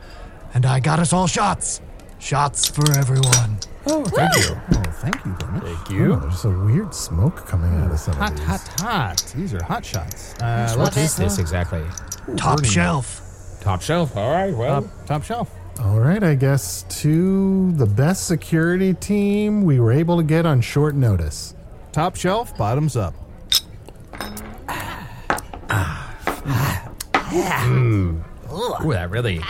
[SPEAKER 8] and I got us all shots. Shots for everyone.
[SPEAKER 4] Oh,
[SPEAKER 8] thank
[SPEAKER 4] you. Oh, thank you very much. Thank
[SPEAKER 3] Oh, there's a weird smoke coming out of some
[SPEAKER 4] Hot,
[SPEAKER 3] of these.
[SPEAKER 4] hot,
[SPEAKER 7] Ah,
[SPEAKER 4] hot. These are hot shots.
[SPEAKER 3] Love
[SPEAKER 7] Uh, what
[SPEAKER 3] it.
[SPEAKER 7] is this exactly?
[SPEAKER 3] Top Burning.
[SPEAKER 8] shelf.
[SPEAKER 7] Top shelf. All right. Well, top,
[SPEAKER 4] shelf.
[SPEAKER 3] All right, I guess to the best security team we were able to get on short notice.
[SPEAKER 4] Top shelf, bottoms up. Mm.
[SPEAKER 7] Ooh, that really.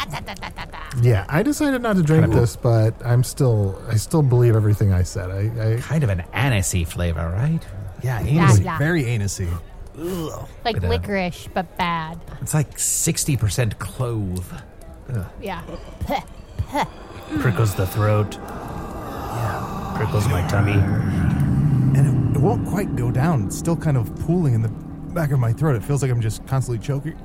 [SPEAKER 3] Yeah, I decided not to drink
[SPEAKER 7] Kind of a-
[SPEAKER 3] this, but I'm still I still believe everything I said. I, I
[SPEAKER 7] kind of an anisey flavor, right?
[SPEAKER 4] Yeah,
[SPEAKER 10] anus- Blah, blah.
[SPEAKER 4] very anusy.
[SPEAKER 10] Like
[SPEAKER 7] But, uh,
[SPEAKER 10] licorice, but bad.
[SPEAKER 7] It's like sixty percent clove. Ugh.
[SPEAKER 10] Yeah.
[SPEAKER 11] Prickles the throat. Prickles my tummy.
[SPEAKER 4] It won't quite go down. It's still kind of pooling in the back of my throat. It feels like I'm just constantly choking.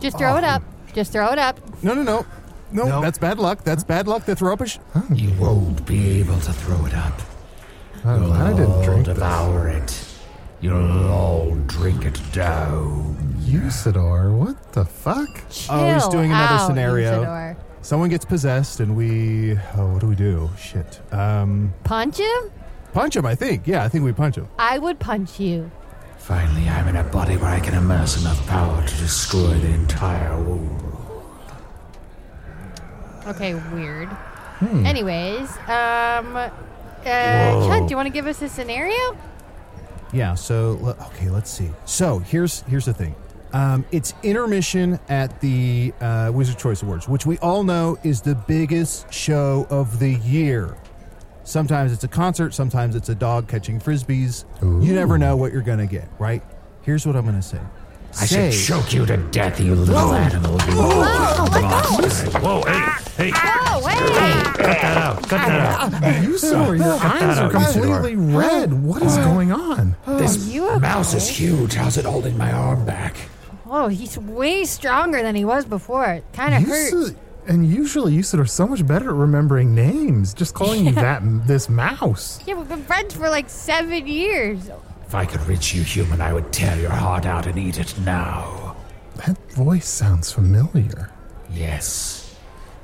[SPEAKER 10] Just throw it up. Just throw it up.
[SPEAKER 4] No, no, no. No, that's bad luck. That's bad luck. That's rubbish.
[SPEAKER 7] You won't be able to throw it up.
[SPEAKER 3] You'll
[SPEAKER 7] all devour it. You'll all drink it down.
[SPEAKER 3] Usador, what the fuck?
[SPEAKER 4] Oh, he's doing another
[SPEAKER 10] out,
[SPEAKER 4] scenario.
[SPEAKER 10] Isidore.
[SPEAKER 4] Someone gets possessed, and we. Oh, what do we do? Shit. Um,
[SPEAKER 10] Punch him?
[SPEAKER 4] punch him. I think. Yeah, I think we punch him.
[SPEAKER 10] I would punch you.
[SPEAKER 7] Finally, I'm in a body where I can immerse enough power to destroy the entire world.
[SPEAKER 10] Okay, weird.
[SPEAKER 4] Hmm.
[SPEAKER 10] Anyways, um, uh, Chun, do you want to give us a scenario?
[SPEAKER 4] Yeah. So le- okay, let's see. So here's here's the thing. Um, it's intermission at the uh, Wizard Choice Awards, which we all know is the biggest show of the year. Sometimes it's a concert, sometimes it's a dog catching frisbees. You never know what you're gonna get, right? Here's what I'm gonna say.
[SPEAKER 7] I
[SPEAKER 4] Say-
[SPEAKER 7] should choke you to death, you little animal. You Oh, monster.
[SPEAKER 11] Whoa, hey, hey.
[SPEAKER 10] Whoa, hey!
[SPEAKER 11] Cut that out. Cut that out.
[SPEAKER 3] Usador, your eyes are completely red. What is going on?
[SPEAKER 7] This
[SPEAKER 10] you okay?
[SPEAKER 7] mouse is huge. How's it holding my arm back?
[SPEAKER 10] Whoa, he's way stronger than he was before. Kind of hurt.
[SPEAKER 3] Usador- and usually Usador's so much better at remembering names. Just calling you that this mouse.
[SPEAKER 10] Yeah, we've been friends for like seven years.
[SPEAKER 7] If I could reach you, human, I would tear your heart out and eat it now.
[SPEAKER 3] That voice sounds familiar.
[SPEAKER 7] Yes.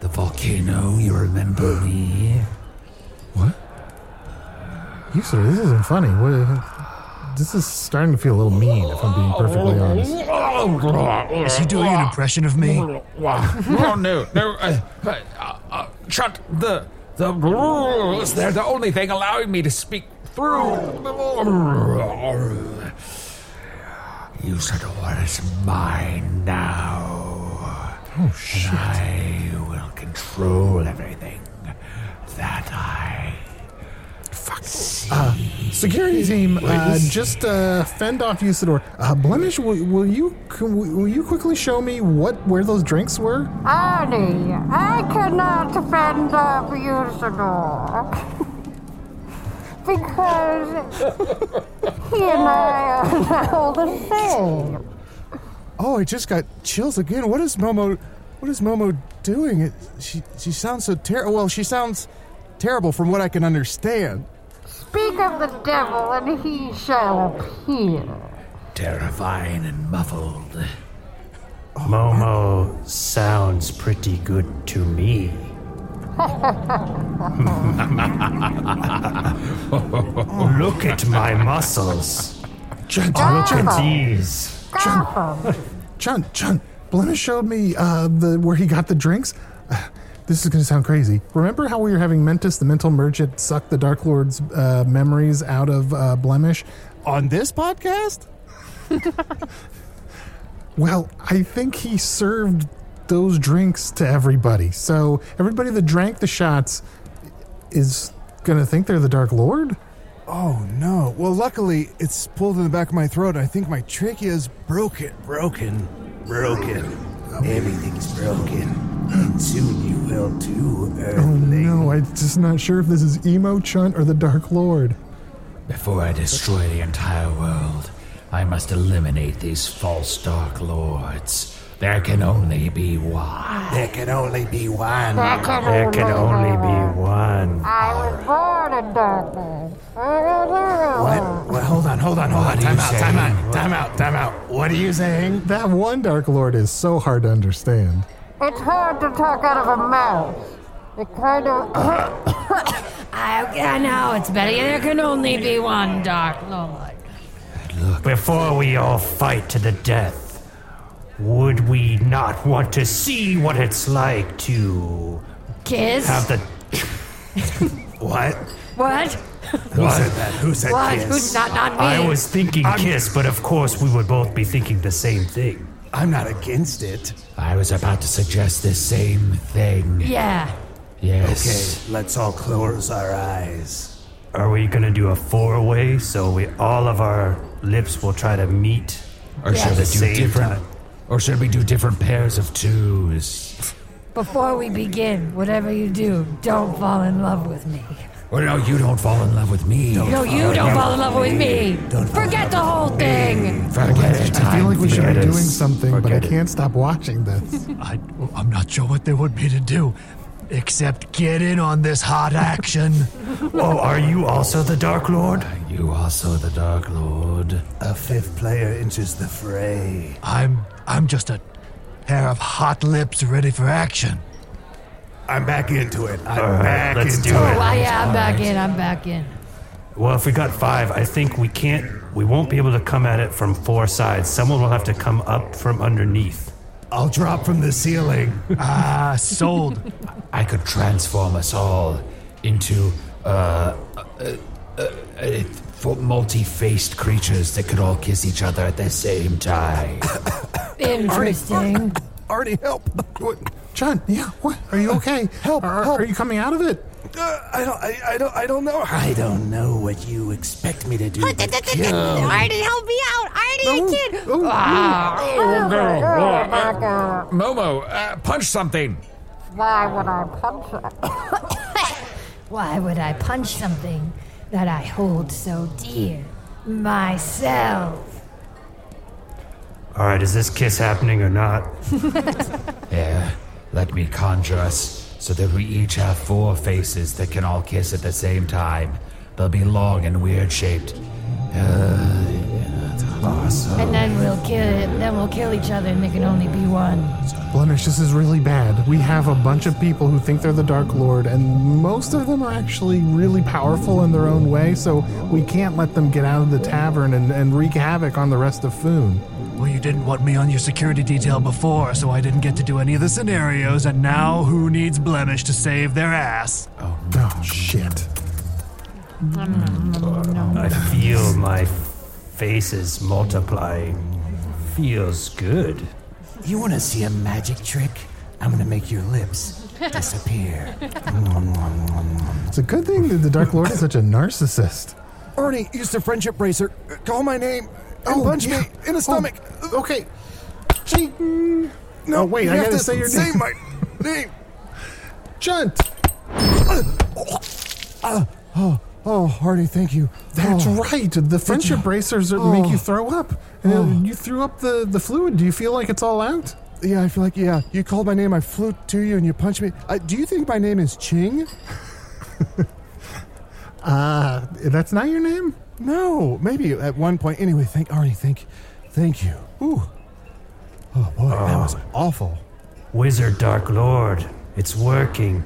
[SPEAKER 7] The volcano, you remember me?
[SPEAKER 3] Usador, this isn't funny. What, this is starting to feel a little mean, if I'm being perfectly honest.
[SPEAKER 7] Is
[SPEAKER 8] Is he doing an impression of me?
[SPEAKER 7] oh no, no, uh, uh, uh, shut the the rules. They're the only thing allowing me to speak through. Usador is mine now. Oh shit! I will control everything that I.
[SPEAKER 3] Uh, Security team, uh, just uh, fend off Usador. Uh, Blemish, will, will you c- will you quickly show me what where those drinks were?
[SPEAKER 15] Arnie, I cannot fend off Usador. *laughs* because he and I are now the same.
[SPEAKER 4] Oh, I just got chills again. What is Momo? What is Momo doing? It, she she sounds so terrible. Well, she sounds terrible from what I can understand.
[SPEAKER 15] Speak of the devil and he shall appear. *laughs*
[SPEAKER 7] Terrifying and muffled.
[SPEAKER 11] Momo sounds pretty good to me. Look at my muscles.
[SPEAKER 3] Gentle,
[SPEAKER 11] Look at these.
[SPEAKER 3] *laughs*
[SPEAKER 15] Stop him.
[SPEAKER 3] John, John, Blemish showed me uh, the where he got the drinks. *sighs* Uh, this is going to sound crazy. Remember how we were having Mentis, the mental merchant, suck the Dark Lord's uh, memories out of uh, Blemish on this podcast? *laughs* Well, I think he served those drinks to everybody. So everybody that drank the shots is going to think they're the Dark Lord?
[SPEAKER 4] Oh no. Well, luckily it's pulled in the back of my throat. I think my trachea is broken.
[SPEAKER 8] Broken, broken. Everything's broken. *clears throat* And soon you will too,
[SPEAKER 3] Oh
[SPEAKER 8] Earth.
[SPEAKER 3] no, I'm just not sure if this is Emo Chunt or the Dark Lord.
[SPEAKER 7] Before I destroy the entire world, I must eliminate these false dark lords. There can only be one.
[SPEAKER 8] There can only be one.
[SPEAKER 16] Ah,
[SPEAKER 17] There can There can only
[SPEAKER 8] be one.
[SPEAKER 17] I was born in darkness.
[SPEAKER 8] What? Well, hold on, hold on, hold on. Time out, time out, time out, time out. What are you saying?
[SPEAKER 3] That one Dark Lord is so hard to understand.
[SPEAKER 17] It's hard to talk out of a mouth. It kind of.
[SPEAKER 16] *coughs* I, I know it's better. There can only be one Oh, Dark Lord.
[SPEAKER 11] Before we all fight to the death, would we not want to see what it's like to
[SPEAKER 16] Kiss?
[SPEAKER 11] Have the
[SPEAKER 8] *laughs* what?
[SPEAKER 16] What?
[SPEAKER 11] Who
[SPEAKER 8] said that? Who
[SPEAKER 16] said What? kiss? Who's- not- not me.
[SPEAKER 11] I was thinking
[SPEAKER 16] I'm-
[SPEAKER 11] kiss, but of course we would both be thinking the same thing.
[SPEAKER 8] I'm not against it.
[SPEAKER 7] I was about to suggest the same thing.
[SPEAKER 16] Yeah.
[SPEAKER 7] Yes.
[SPEAKER 8] Okay, let's all close our eyes.
[SPEAKER 11] Are we gonna do a four-way so we all of our lips will try to meet?
[SPEAKER 7] Or should
[SPEAKER 11] at
[SPEAKER 7] we
[SPEAKER 11] the
[SPEAKER 7] do
[SPEAKER 11] same
[SPEAKER 7] different?
[SPEAKER 11] time?
[SPEAKER 7] Or should we do different pairs of twos?
[SPEAKER 16] Before we begin, whatever you do, don't fall in love with me.
[SPEAKER 7] Well, Oh, no, you don't fall in love with me. Oh,
[SPEAKER 16] no, you don't fall in love with me. Forget the whole thing.
[SPEAKER 7] Forget it.
[SPEAKER 3] I feel like we should be
[SPEAKER 11] forget
[SPEAKER 3] doing
[SPEAKER 11] it.
[SPEAKER 3] something, but I
[SPEAKER 11] Forget it.
[SPEAKER 3] can't stop watching this.
[SPEAKER 18] *laughs* I, I'm not sure what there would be to do, except get in on this hot action.
[SPEAKER 11] oh, are you also the Dark Lord?
[SPEAKER 7] You also the Dark Lord.
[SPEAKER 8] A fifth player enters the fray.
[SPEAKER 18] I'm I'm just a pair of hot lips ready for action.
[SPEAKER 8] I'm back into it. I'm
[SPEAKER 11] All right,
[SPEAKER 8] back
[SPEAKER 11] let's
[SPEAKER 8] into
[SPEAKER 11] do
[SPEAKER 8] it.
[SPEAKER 11] it.
[SPEAKER 16] Well, Oh, yeah, I'm back
[SPEAKER 11] Alright.
[SPEAKER 16] in. I'm back in.
[SPEAKER 11] Well, if we got five, I think we can't. We won't be able to come at it from four sides. Someone will have to come up from underneath.
[SPEAKER 8] I'll drop from the ceiling.
[SPEAKER 11] Ah, sold.
[SPEAKER 7] I could transform us all into uh, uh, uh, uh, for multi-faced creatures that could all kiss each other at the same time.
[SPEAKER 16] Interesting.
[SPEAKER 3] Artie, help! *laughs* What? John, yeah, what? Are you okay? help, are, help! Uh, Are you coming out of it?
[SPEAKER 8] I don't. I, I don't. I don't know. *laughs* I don't know what you expect me to do. but kill.
[SPEAKER 16] Artie, help me out. Artie, I can't. Ah.
[SPEAKER 7] Oh, no.
[SPEAKER 17] Oh, my God.
[SPEAKER 7] Momo, uh, punch something.
[SPEAKER 17] Why would I punch it?
[SPEAKER 16] *coughs* Why would I punch something that I hold so dear? Myself.
[SPEAKER 11] All right, is this kiss happening or
[SPEAKER 7] *laughs*
[SPEAKER 11] not?
[SPEAKER 7] Here, let me conjure us so that we each have four faces that can all kiss at the same time. They'll be long and weird shaped. Uh, yeah, awesome.
[SPEAKER 16] And then we'll kill it. Then we'll kill each other, and there can only be one.
[SPEAKER 3] Blemish, this is really bad. We have a bunch of people who think they're the Dark Lord, and most of them are actually really powerful in their own way, so we can't let them get out of the tavern and, and wreak havoc on the rest of Foon.
[SPEAKER 18] Well, you didn't want me on your security detail before, so I didn't get to do any of the scenarios, and now who needs Blemish to save their ass?
[SPEAKER 7] Oh,
[SPEAKER 3] shit.
[SPEAKER 11] I feel my faces multiplying. Feels good.
[SPEAKER 8] You want to see a magic trick? I'm gonna make your lips disappear.
[SPEAKER 3] It's a good thing that the Dark Lord is such a narcissist.
[SPEAKER 4] Arnie, use the friendship bracer. Call my name
[SPEAKER 3] Oh,
[SPEAKER 4] and punch me in the stomach.
[SPEAKER 3] okay. Gee.
[SPEAKER 4] No,
[SPEAKER 3] Oh, wait,
[SPEAKER 4] you
[SPEAKER 3] I
[SPEAKER 4] have
[SPEAKER 3] gotta
[SPEAKER 4] to
[SPEAKER 3] say your name. *laughs*
[SPEAKER 4] my name.
[SPEAKER 3] Chunt.
[SPEAKER 4] Uh, oh, oh, Arnie, thank you.
[SPEAKER 3] That's
[SPEAKER 4] Oh.
[SPEAKER 3] right. The friendship
[SPEAKER 4] you?
[SPEAKER 3] bracers are, make
[SPEAKER 4] Oh.
[SPEAKER 3] you throw up. And
[SPEAKER 4] Oh.
[SPEAKER 3] you threw up the, the fluid. Do you feel like it's all out?
[SPEAKER 4] Yeah, I feel like yeah. You called my name. I flew to you, and you punched me. Uh, do you think my name is Ching?
[SPEAKER 3] *laughs* Uh, that's not your name.
[SPEAKER 4] No, maybe at one point. Anyway, thank Arnie. Thank, thank you. Ooh. Oh boy, that was awful.
[SPEAKER 11] Wizard Dark Lord, it's working.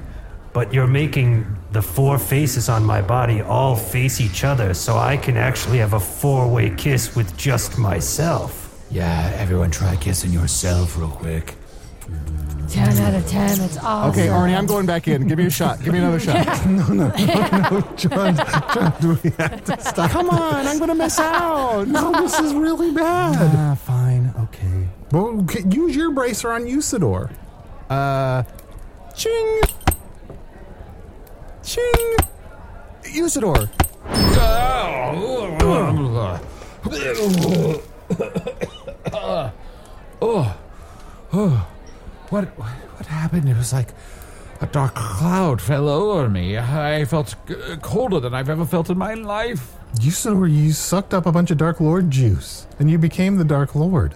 [SPEAKER 11] But you're making the four faces on my body all face each other, so I can actually have a four way kiss with just myself.
[SPEAKER 7] Yeah, everyone try kissing yourself real quick.
[SPEAKER 16] 10 out of 10, it's awesome.
[SPEAKER 13] Okay, Arnie, I'm going back in. Give me a shot. Give me
[SPEAKER 11] *laughs*
[SPEAKER 13] another shot.
[SPEAKER 16] No, no, no, no,
[SPEAKER 13] John, John, do we have to stop? Come on, I'm going to miss out. No, this is really bad.
[SPEAKER 3] Ah, fine. Okay. Well, okay, use your bracer on Usador. Uh,
[SPEAKER 4] Ching! Ching! Usador!
[SPEAKER 7] oh, oh, what, what happened? It was like a dark cloud fell over me. I felt uh, colder than I've ever felt in my life.
[SPEAKER 3] Usador, you sucked up a bunch of Dark Lord juice, and you became the Dark *gasps* Lord.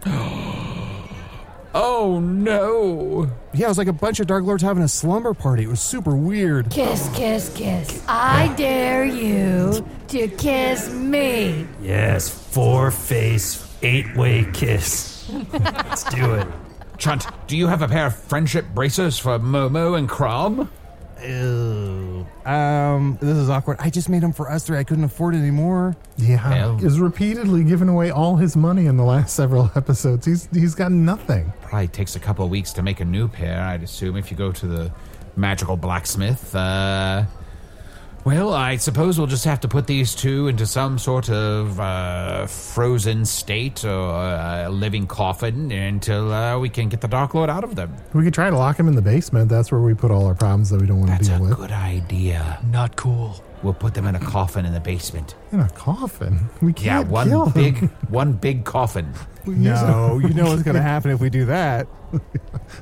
[SPEAKER 4] Oh no! Yeah, it was like a bunch of Dark Lords having a slumber party. It was super weird.
[SPEAKER 16] Kiss, kiss, kiss. I dare you to kiss me. *laughs*
[SPEAKER 11] Yes, four face, eight way kiss. Let's do it.
[SPEAKER 7] Chunt, do you have a pair of friendship bracers for Momo and Crom?
[SPEAKER 4] Ew. Um, this is awkward. I just made them for us three. I couldn't afford it anymore.
[SPEAKER 3] Yeah, is repeatedly giving away all his money in the last *laughs* several episodes. He's he's got nothing.
[SPEAKER 7] Probably takes a couple of weeks to make a new pair, I'd assume, if you go to the magical blacksmith. Uh, well, I suppose we'll just have to put these two into some sort of uh, frozen state or uh, a living coffin until uh, we can get the Dark Lord out of them.
[SPEAKER 3] We could try to lock him in the basement. That's where we put all our problems that we don't want to deal with.
[SPEAKER 7] Good idea. Not cool. We'll put them in a coffin in the basement.
[SPEAKER 3] In a coffin.
[SPEAKER 7] yeah,
[SPEAKER 3] We can't
[SPEAKER 7] one
[SPEAKER 3] kill him. *laughs*
[SPEAKER 7] big, one big coffin.
[SPEAKER 4] *laughs* No, you know what's going to happen if we do that.
[SPEAKER 3] *laughs*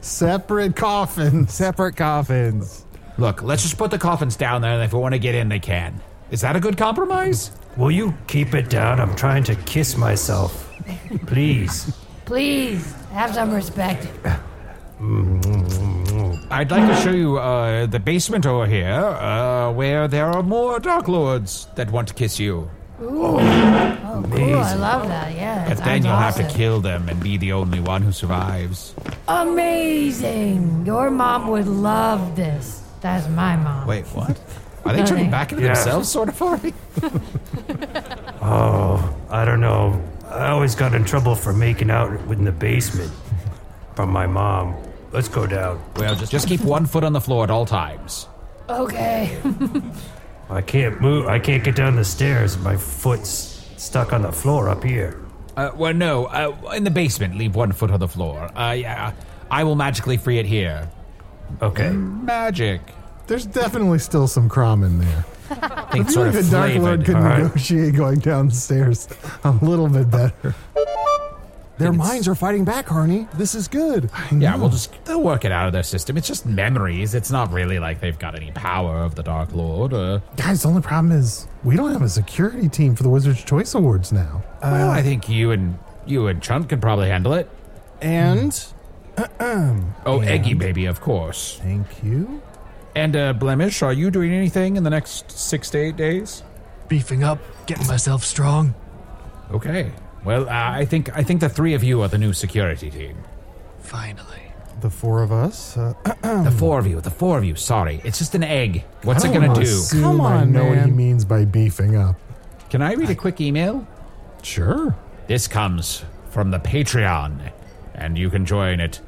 [SPEAKER 3] Separate coffins.
[SPEAKER 4] Separate coffins.
[SPEAKER 7] Look, let's just put the coffins down there, and if we want to get in, they can. Is that a good compromise?
[SPEAKER 11] Will you keep it down? I'm trying to kiss myself. Please.
[SPEAKER 16] Please, have some respect.
[SPEAKER 7] *laughs* I'd like to show you uh, the basement over here, uh, where there are more Dark Lords that want to kiss you.
[SPEAKER 16] Ooh. Oh, cool. I
[SPEAKER 7] Amazing.
[SPEAKER 16] love that. Yeah. that
[SPEAKER 7] But then
[SPEAKER 16] sounds
[SPEAKER 7] you'll
[SPEAKER 16] awesome.
[SPEAKER 7] have to kill them and be the only one who survives.
[SPEAKER 16] Amazing. Your mom would love this. That's my mom.
[SPEAKER 7] Wait, what? Are they turning back into
[SPEAKER 11] Yeah.
[SPEAKER 7] themselves, sort of? Are they?
[SPEAKER 11] Oh, I don't know. I always got in trouble for making out in the basement from my mom. Let's go down.
[SPEAKER 7] Well, just just keep one foot on the floor at all times.
[SPEAKER 16] *laughs* Okay.
[SPEAKER 11] I can't move. I can't get down the stairs. My foot's stuck on the floor up here.
[SPEAKER 7] Uh, well, no, uh, in the basement, leave one foot on the floor. Uh, yeah, I will magically free it here.
[SPEAKER 11] Okay.
[SPEAKER 7] Magic.
[SPEAKER 3] There's definitely still some crom in there.
[SPEAKER 7] I think it's sort
[SPEAKER 3] the
[SPEAKER 7] of
[SPEAKER 3] Dark Lord
[SPEAKER 7] flavored.
[SPEAKER 3] could
[SPEAKER 7] All right.
[SPEAKER 3] negotiate going downstairs a little
[SPEAKER 7] *laughs*
[SPEAKER 3] bit better.
[SPEAKER 4] Their minds are fighting back, Arnie. This is good.
[SPEAKER 7] Yeah, we'll just they'll work it out of their system. It's just memories. It's not really like they've got any power of the Dark Lord. Uh,
[SPEAKER 3] Guys, the only problem is we don't have a security team for the Wizard's Choice Awards now.
[SPEAKER 7] well,
[SPEAKER 4] Uh,
[SPEAKER 7] I think you and you and Chunt can probably handle it.
[SPEAKER 4] And *clears throat*
[SPEAKER 7] oh, Eggy Baby, of course.
[SPEAKER 3] Thank you.
[SPEAKER 7] And uh, Blemish, are you doing anything in the next six to eight days?
[SPEAKER 8] Beefing up, getting myself strong.
[SPEAKER 7] Okay. Well, uh, I think I think the three of you are the new security team.
[SPEAKER 4] The four of us. Uh, *clears throat*
[SPEAKER 7] The four of you. The four of you. Sorry, it's just an egg. What's
[SPEAKER 3] I
[SPEAKER 7] it
[SPEAKER 3] don't
[SPEAKER 7] gonna
[SPEAKER 3] wanna
[SPEAKER 7] do?
[SPEAKER 3] assume I know what he means by beefing up.
[SPEAKER 7] Can I read a quick email? Sure. This comes from the Patreon, and you can join at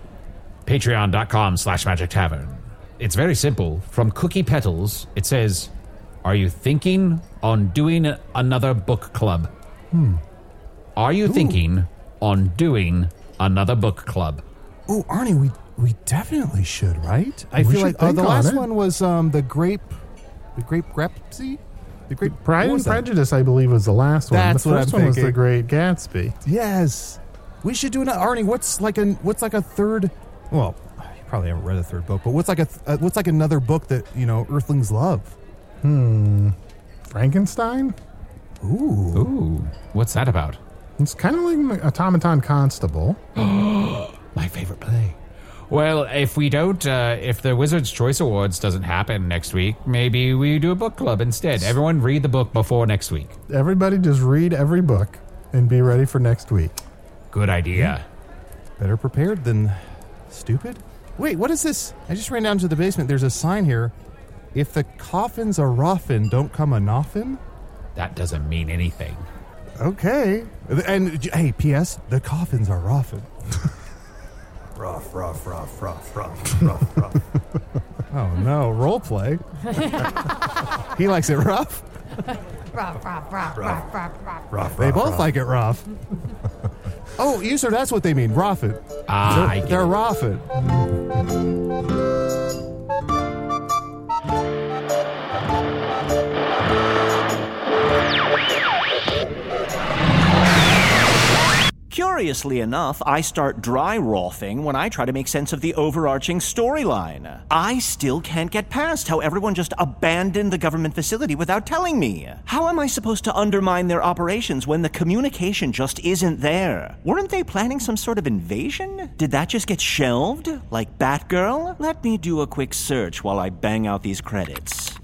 [SPEAKER 7] patreon.com slash magic tavern. It's very simple. From Cookie Petals, it says, Are you thinking on doing another book club?
[SPEAKER 4] hmm.
[SPEAKER 7] Are you
[SPEAKER 4] Ooh.
[SPEAKER 7] thinking on doing another book club?
[SPEAKER 4] Oh, Arnie, we we definitely should, right? I
[SPEAKER 7] We
[SPEAKER 4] feel
[SPEAKER 7] should
[SPEAKER 4] like uh,
[SPEAKER 7] think
[SPEAKER 4] the
[SPEAKER 7] on
[SPEAKER 4] last
[SPEAKER 7] it.
[SPEAKER 4] one was um the grape, the grape grepsy, the grape what
[SPEAKER 3] Pride and
[SPEAKER 4] was that?
[SPEAKER 3] Prejudice, I believe, was the last one.
[SPEAKER 4] That's
[SPEAKER 3] the
[SPEAKER 4] what
[SPEAKER 3] first
[SPEAKER 4] I'm
[SPEAKER 3] one was The
[SPEAKER 4] thinking.
[SPEAKER 3] Great Gatsby.
[SPEAKER 4] Yes, we should do another. Arnie, what's like an what's like a third? Well, you probably haven't read a third book, but what's like a th- uh, what's like another book that you know Earthlings love?
[SPEAKER 3] Hmm. Frankenstein?
[SPEAKER 4] Ooh.
[SPEAKER 7] Ooh. What's that about?
[SPEAKER 3] It's kind of like Automaton Constable.
[SPEAKER 7] *gasps* My favorite play. Well, if we don't, uh, if the Wizard's Choice Awards doesn't happen next week, maybe we do a book club instead. Everyone read the book before next week.
[SPEAKER 3] Everybody just read every book and be ready for next week.
[SPEAKER 7] Good idea.
[SPEAKER 4] Better prepared than stupid. Wait, what is this? I just ran down to the basement. There's a sign here. If the coffins are roffin, don't come a noffin.
[SPEAKER 7] That doesn't mean anything.
[SPEAKER 4] Okay. And hey, P.S. The coffins are often.
[SPEAKER 19] Ruff, ruff, ruff, ruff, ruff,
[SPEAKER 7] *laughs*
[SPEAKER 19] ruff, ruff.
[SPEAKER 4] *laughs* Oh no, role *laughs* play. he likes it rough.
[SPEAKER 16] Ruff, ruff, ruff, ruff, ruff, ruff.
[SPEAKER 4] They both like it *laughs* rough. oh, you sir, that's what they mean. Rough it. Ah, they're, they're rough it.
[SPEAKER 2] Curiously enough, I start dry rolfing when I try to make sense of the overarching storyline. I still can't get past how everyone just abandoned the government facility without telling me. How am I supposed to undermine their operations when the communication just isn't there? Weren't they planning some sort of invasion? Did that just get shelved? Like Batgirl? Let me do a quick search while I bang out these credits.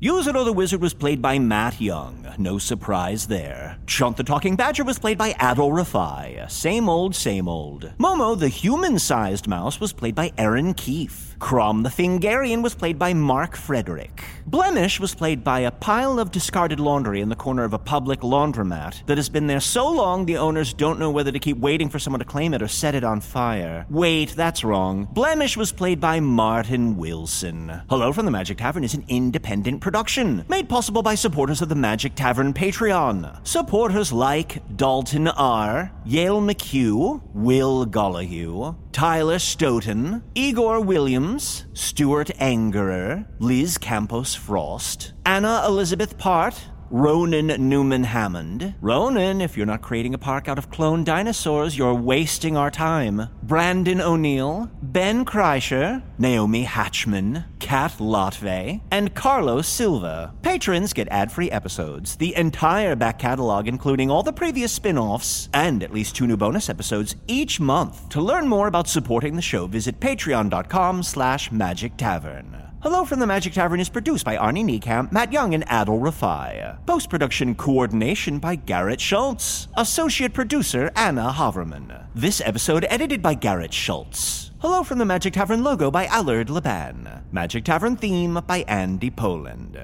[SPEAKER 2] User the Wizard was played by Matt Young. No surprise there. Chunt the Talking Badger was played by Adol Rafai. Same old, same old. Momo the Human Sized Mouse was played by Aaron Keefe. Crom the Fingarian was played by Mark Frederick. Blemish was played by a pile of discarded laundry in the corner of a public laundromat that has been there so long the owners don't know whether to keep waiting for someone to claim it or set it on fire. Wait, that's wrong. Blemish was played by Martin Wilson. Hello from the Magic Tavern is an independent production made possible by supporters of the Magic Tavern Patreon. Supporters like Dalton R., Yale McHugh, Will Gollahue, Tyler Stoughton, Igor Williams, Stuart Angerer, Liz Campos Frost, Anna Elizabeth Part, Ronan Newman Hammond. Ronan, if you're not creating a park out of clone dinosaurs, you're wasting our time. Brandon O'Neill, Ben Kreischer, Naomi Hatchman, Kat Lotve, and Carlos Silva. Patrons get ad free episodes, the entire back catalog, including all the previous spin offs, and at least two new bonus episodes each month. To learn more about supporting the show, visit patreon.com slash magic tavern. Hello from the Magic Tavern is produced by Arnie Niekamp, Matt Young, and Adol Rafai. Post production coordination by Garrett Schultz. Associate producer Anna Haverman. This episode edited by Garrett Schultz. Hello from the Magic Tavern logo by Allard Laban. Magic Tavern theme by Andy Poland.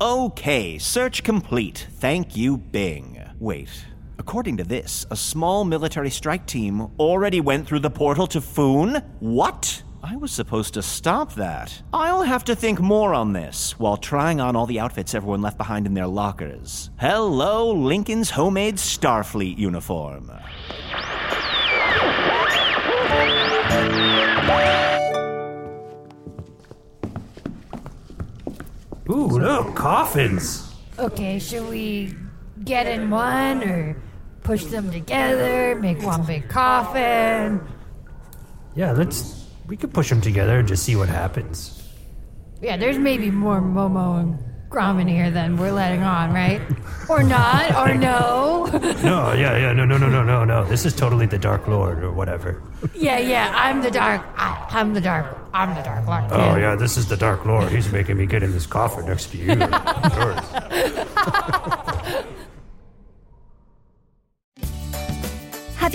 [SPEAKER 2] Okay, search complete. Thank you, Bing. Wait. According to this, a small military strike team already went through the portal to Foon? What? I was supposed to stop that. I'll have to think more on this while trying on all the outfits everyone left behind in their lockers. Hello, Lincoln's homemade Starfleet uniform.
[SPEAKER 11] Ooh, look, coffins.
[SPEAKER 16] Okay, should we get in one or push them together, make one big coffin?
[SPEAKER 11] Yeah, let's. We could push them together and just see what happens.
[SPEAKER 16] Yeah, there's maybe more Momo and Grom in here than we're letting on, right? Or not, or no. *laughs*
[SPEAKER 11] No, yeah, yeah, no, no, no, no, no, no. This is totally the Dark Lord or whatever.
[SPEAKER 16] Yeah, yeah, I'm the dark. I, I'm the dark. I'm the dark lord.
[SPEAKER 11] Oh, yeah, this is the Dark Lord. He's making me get in this coffin next to you. Yours.
[SPEAKER 20] Have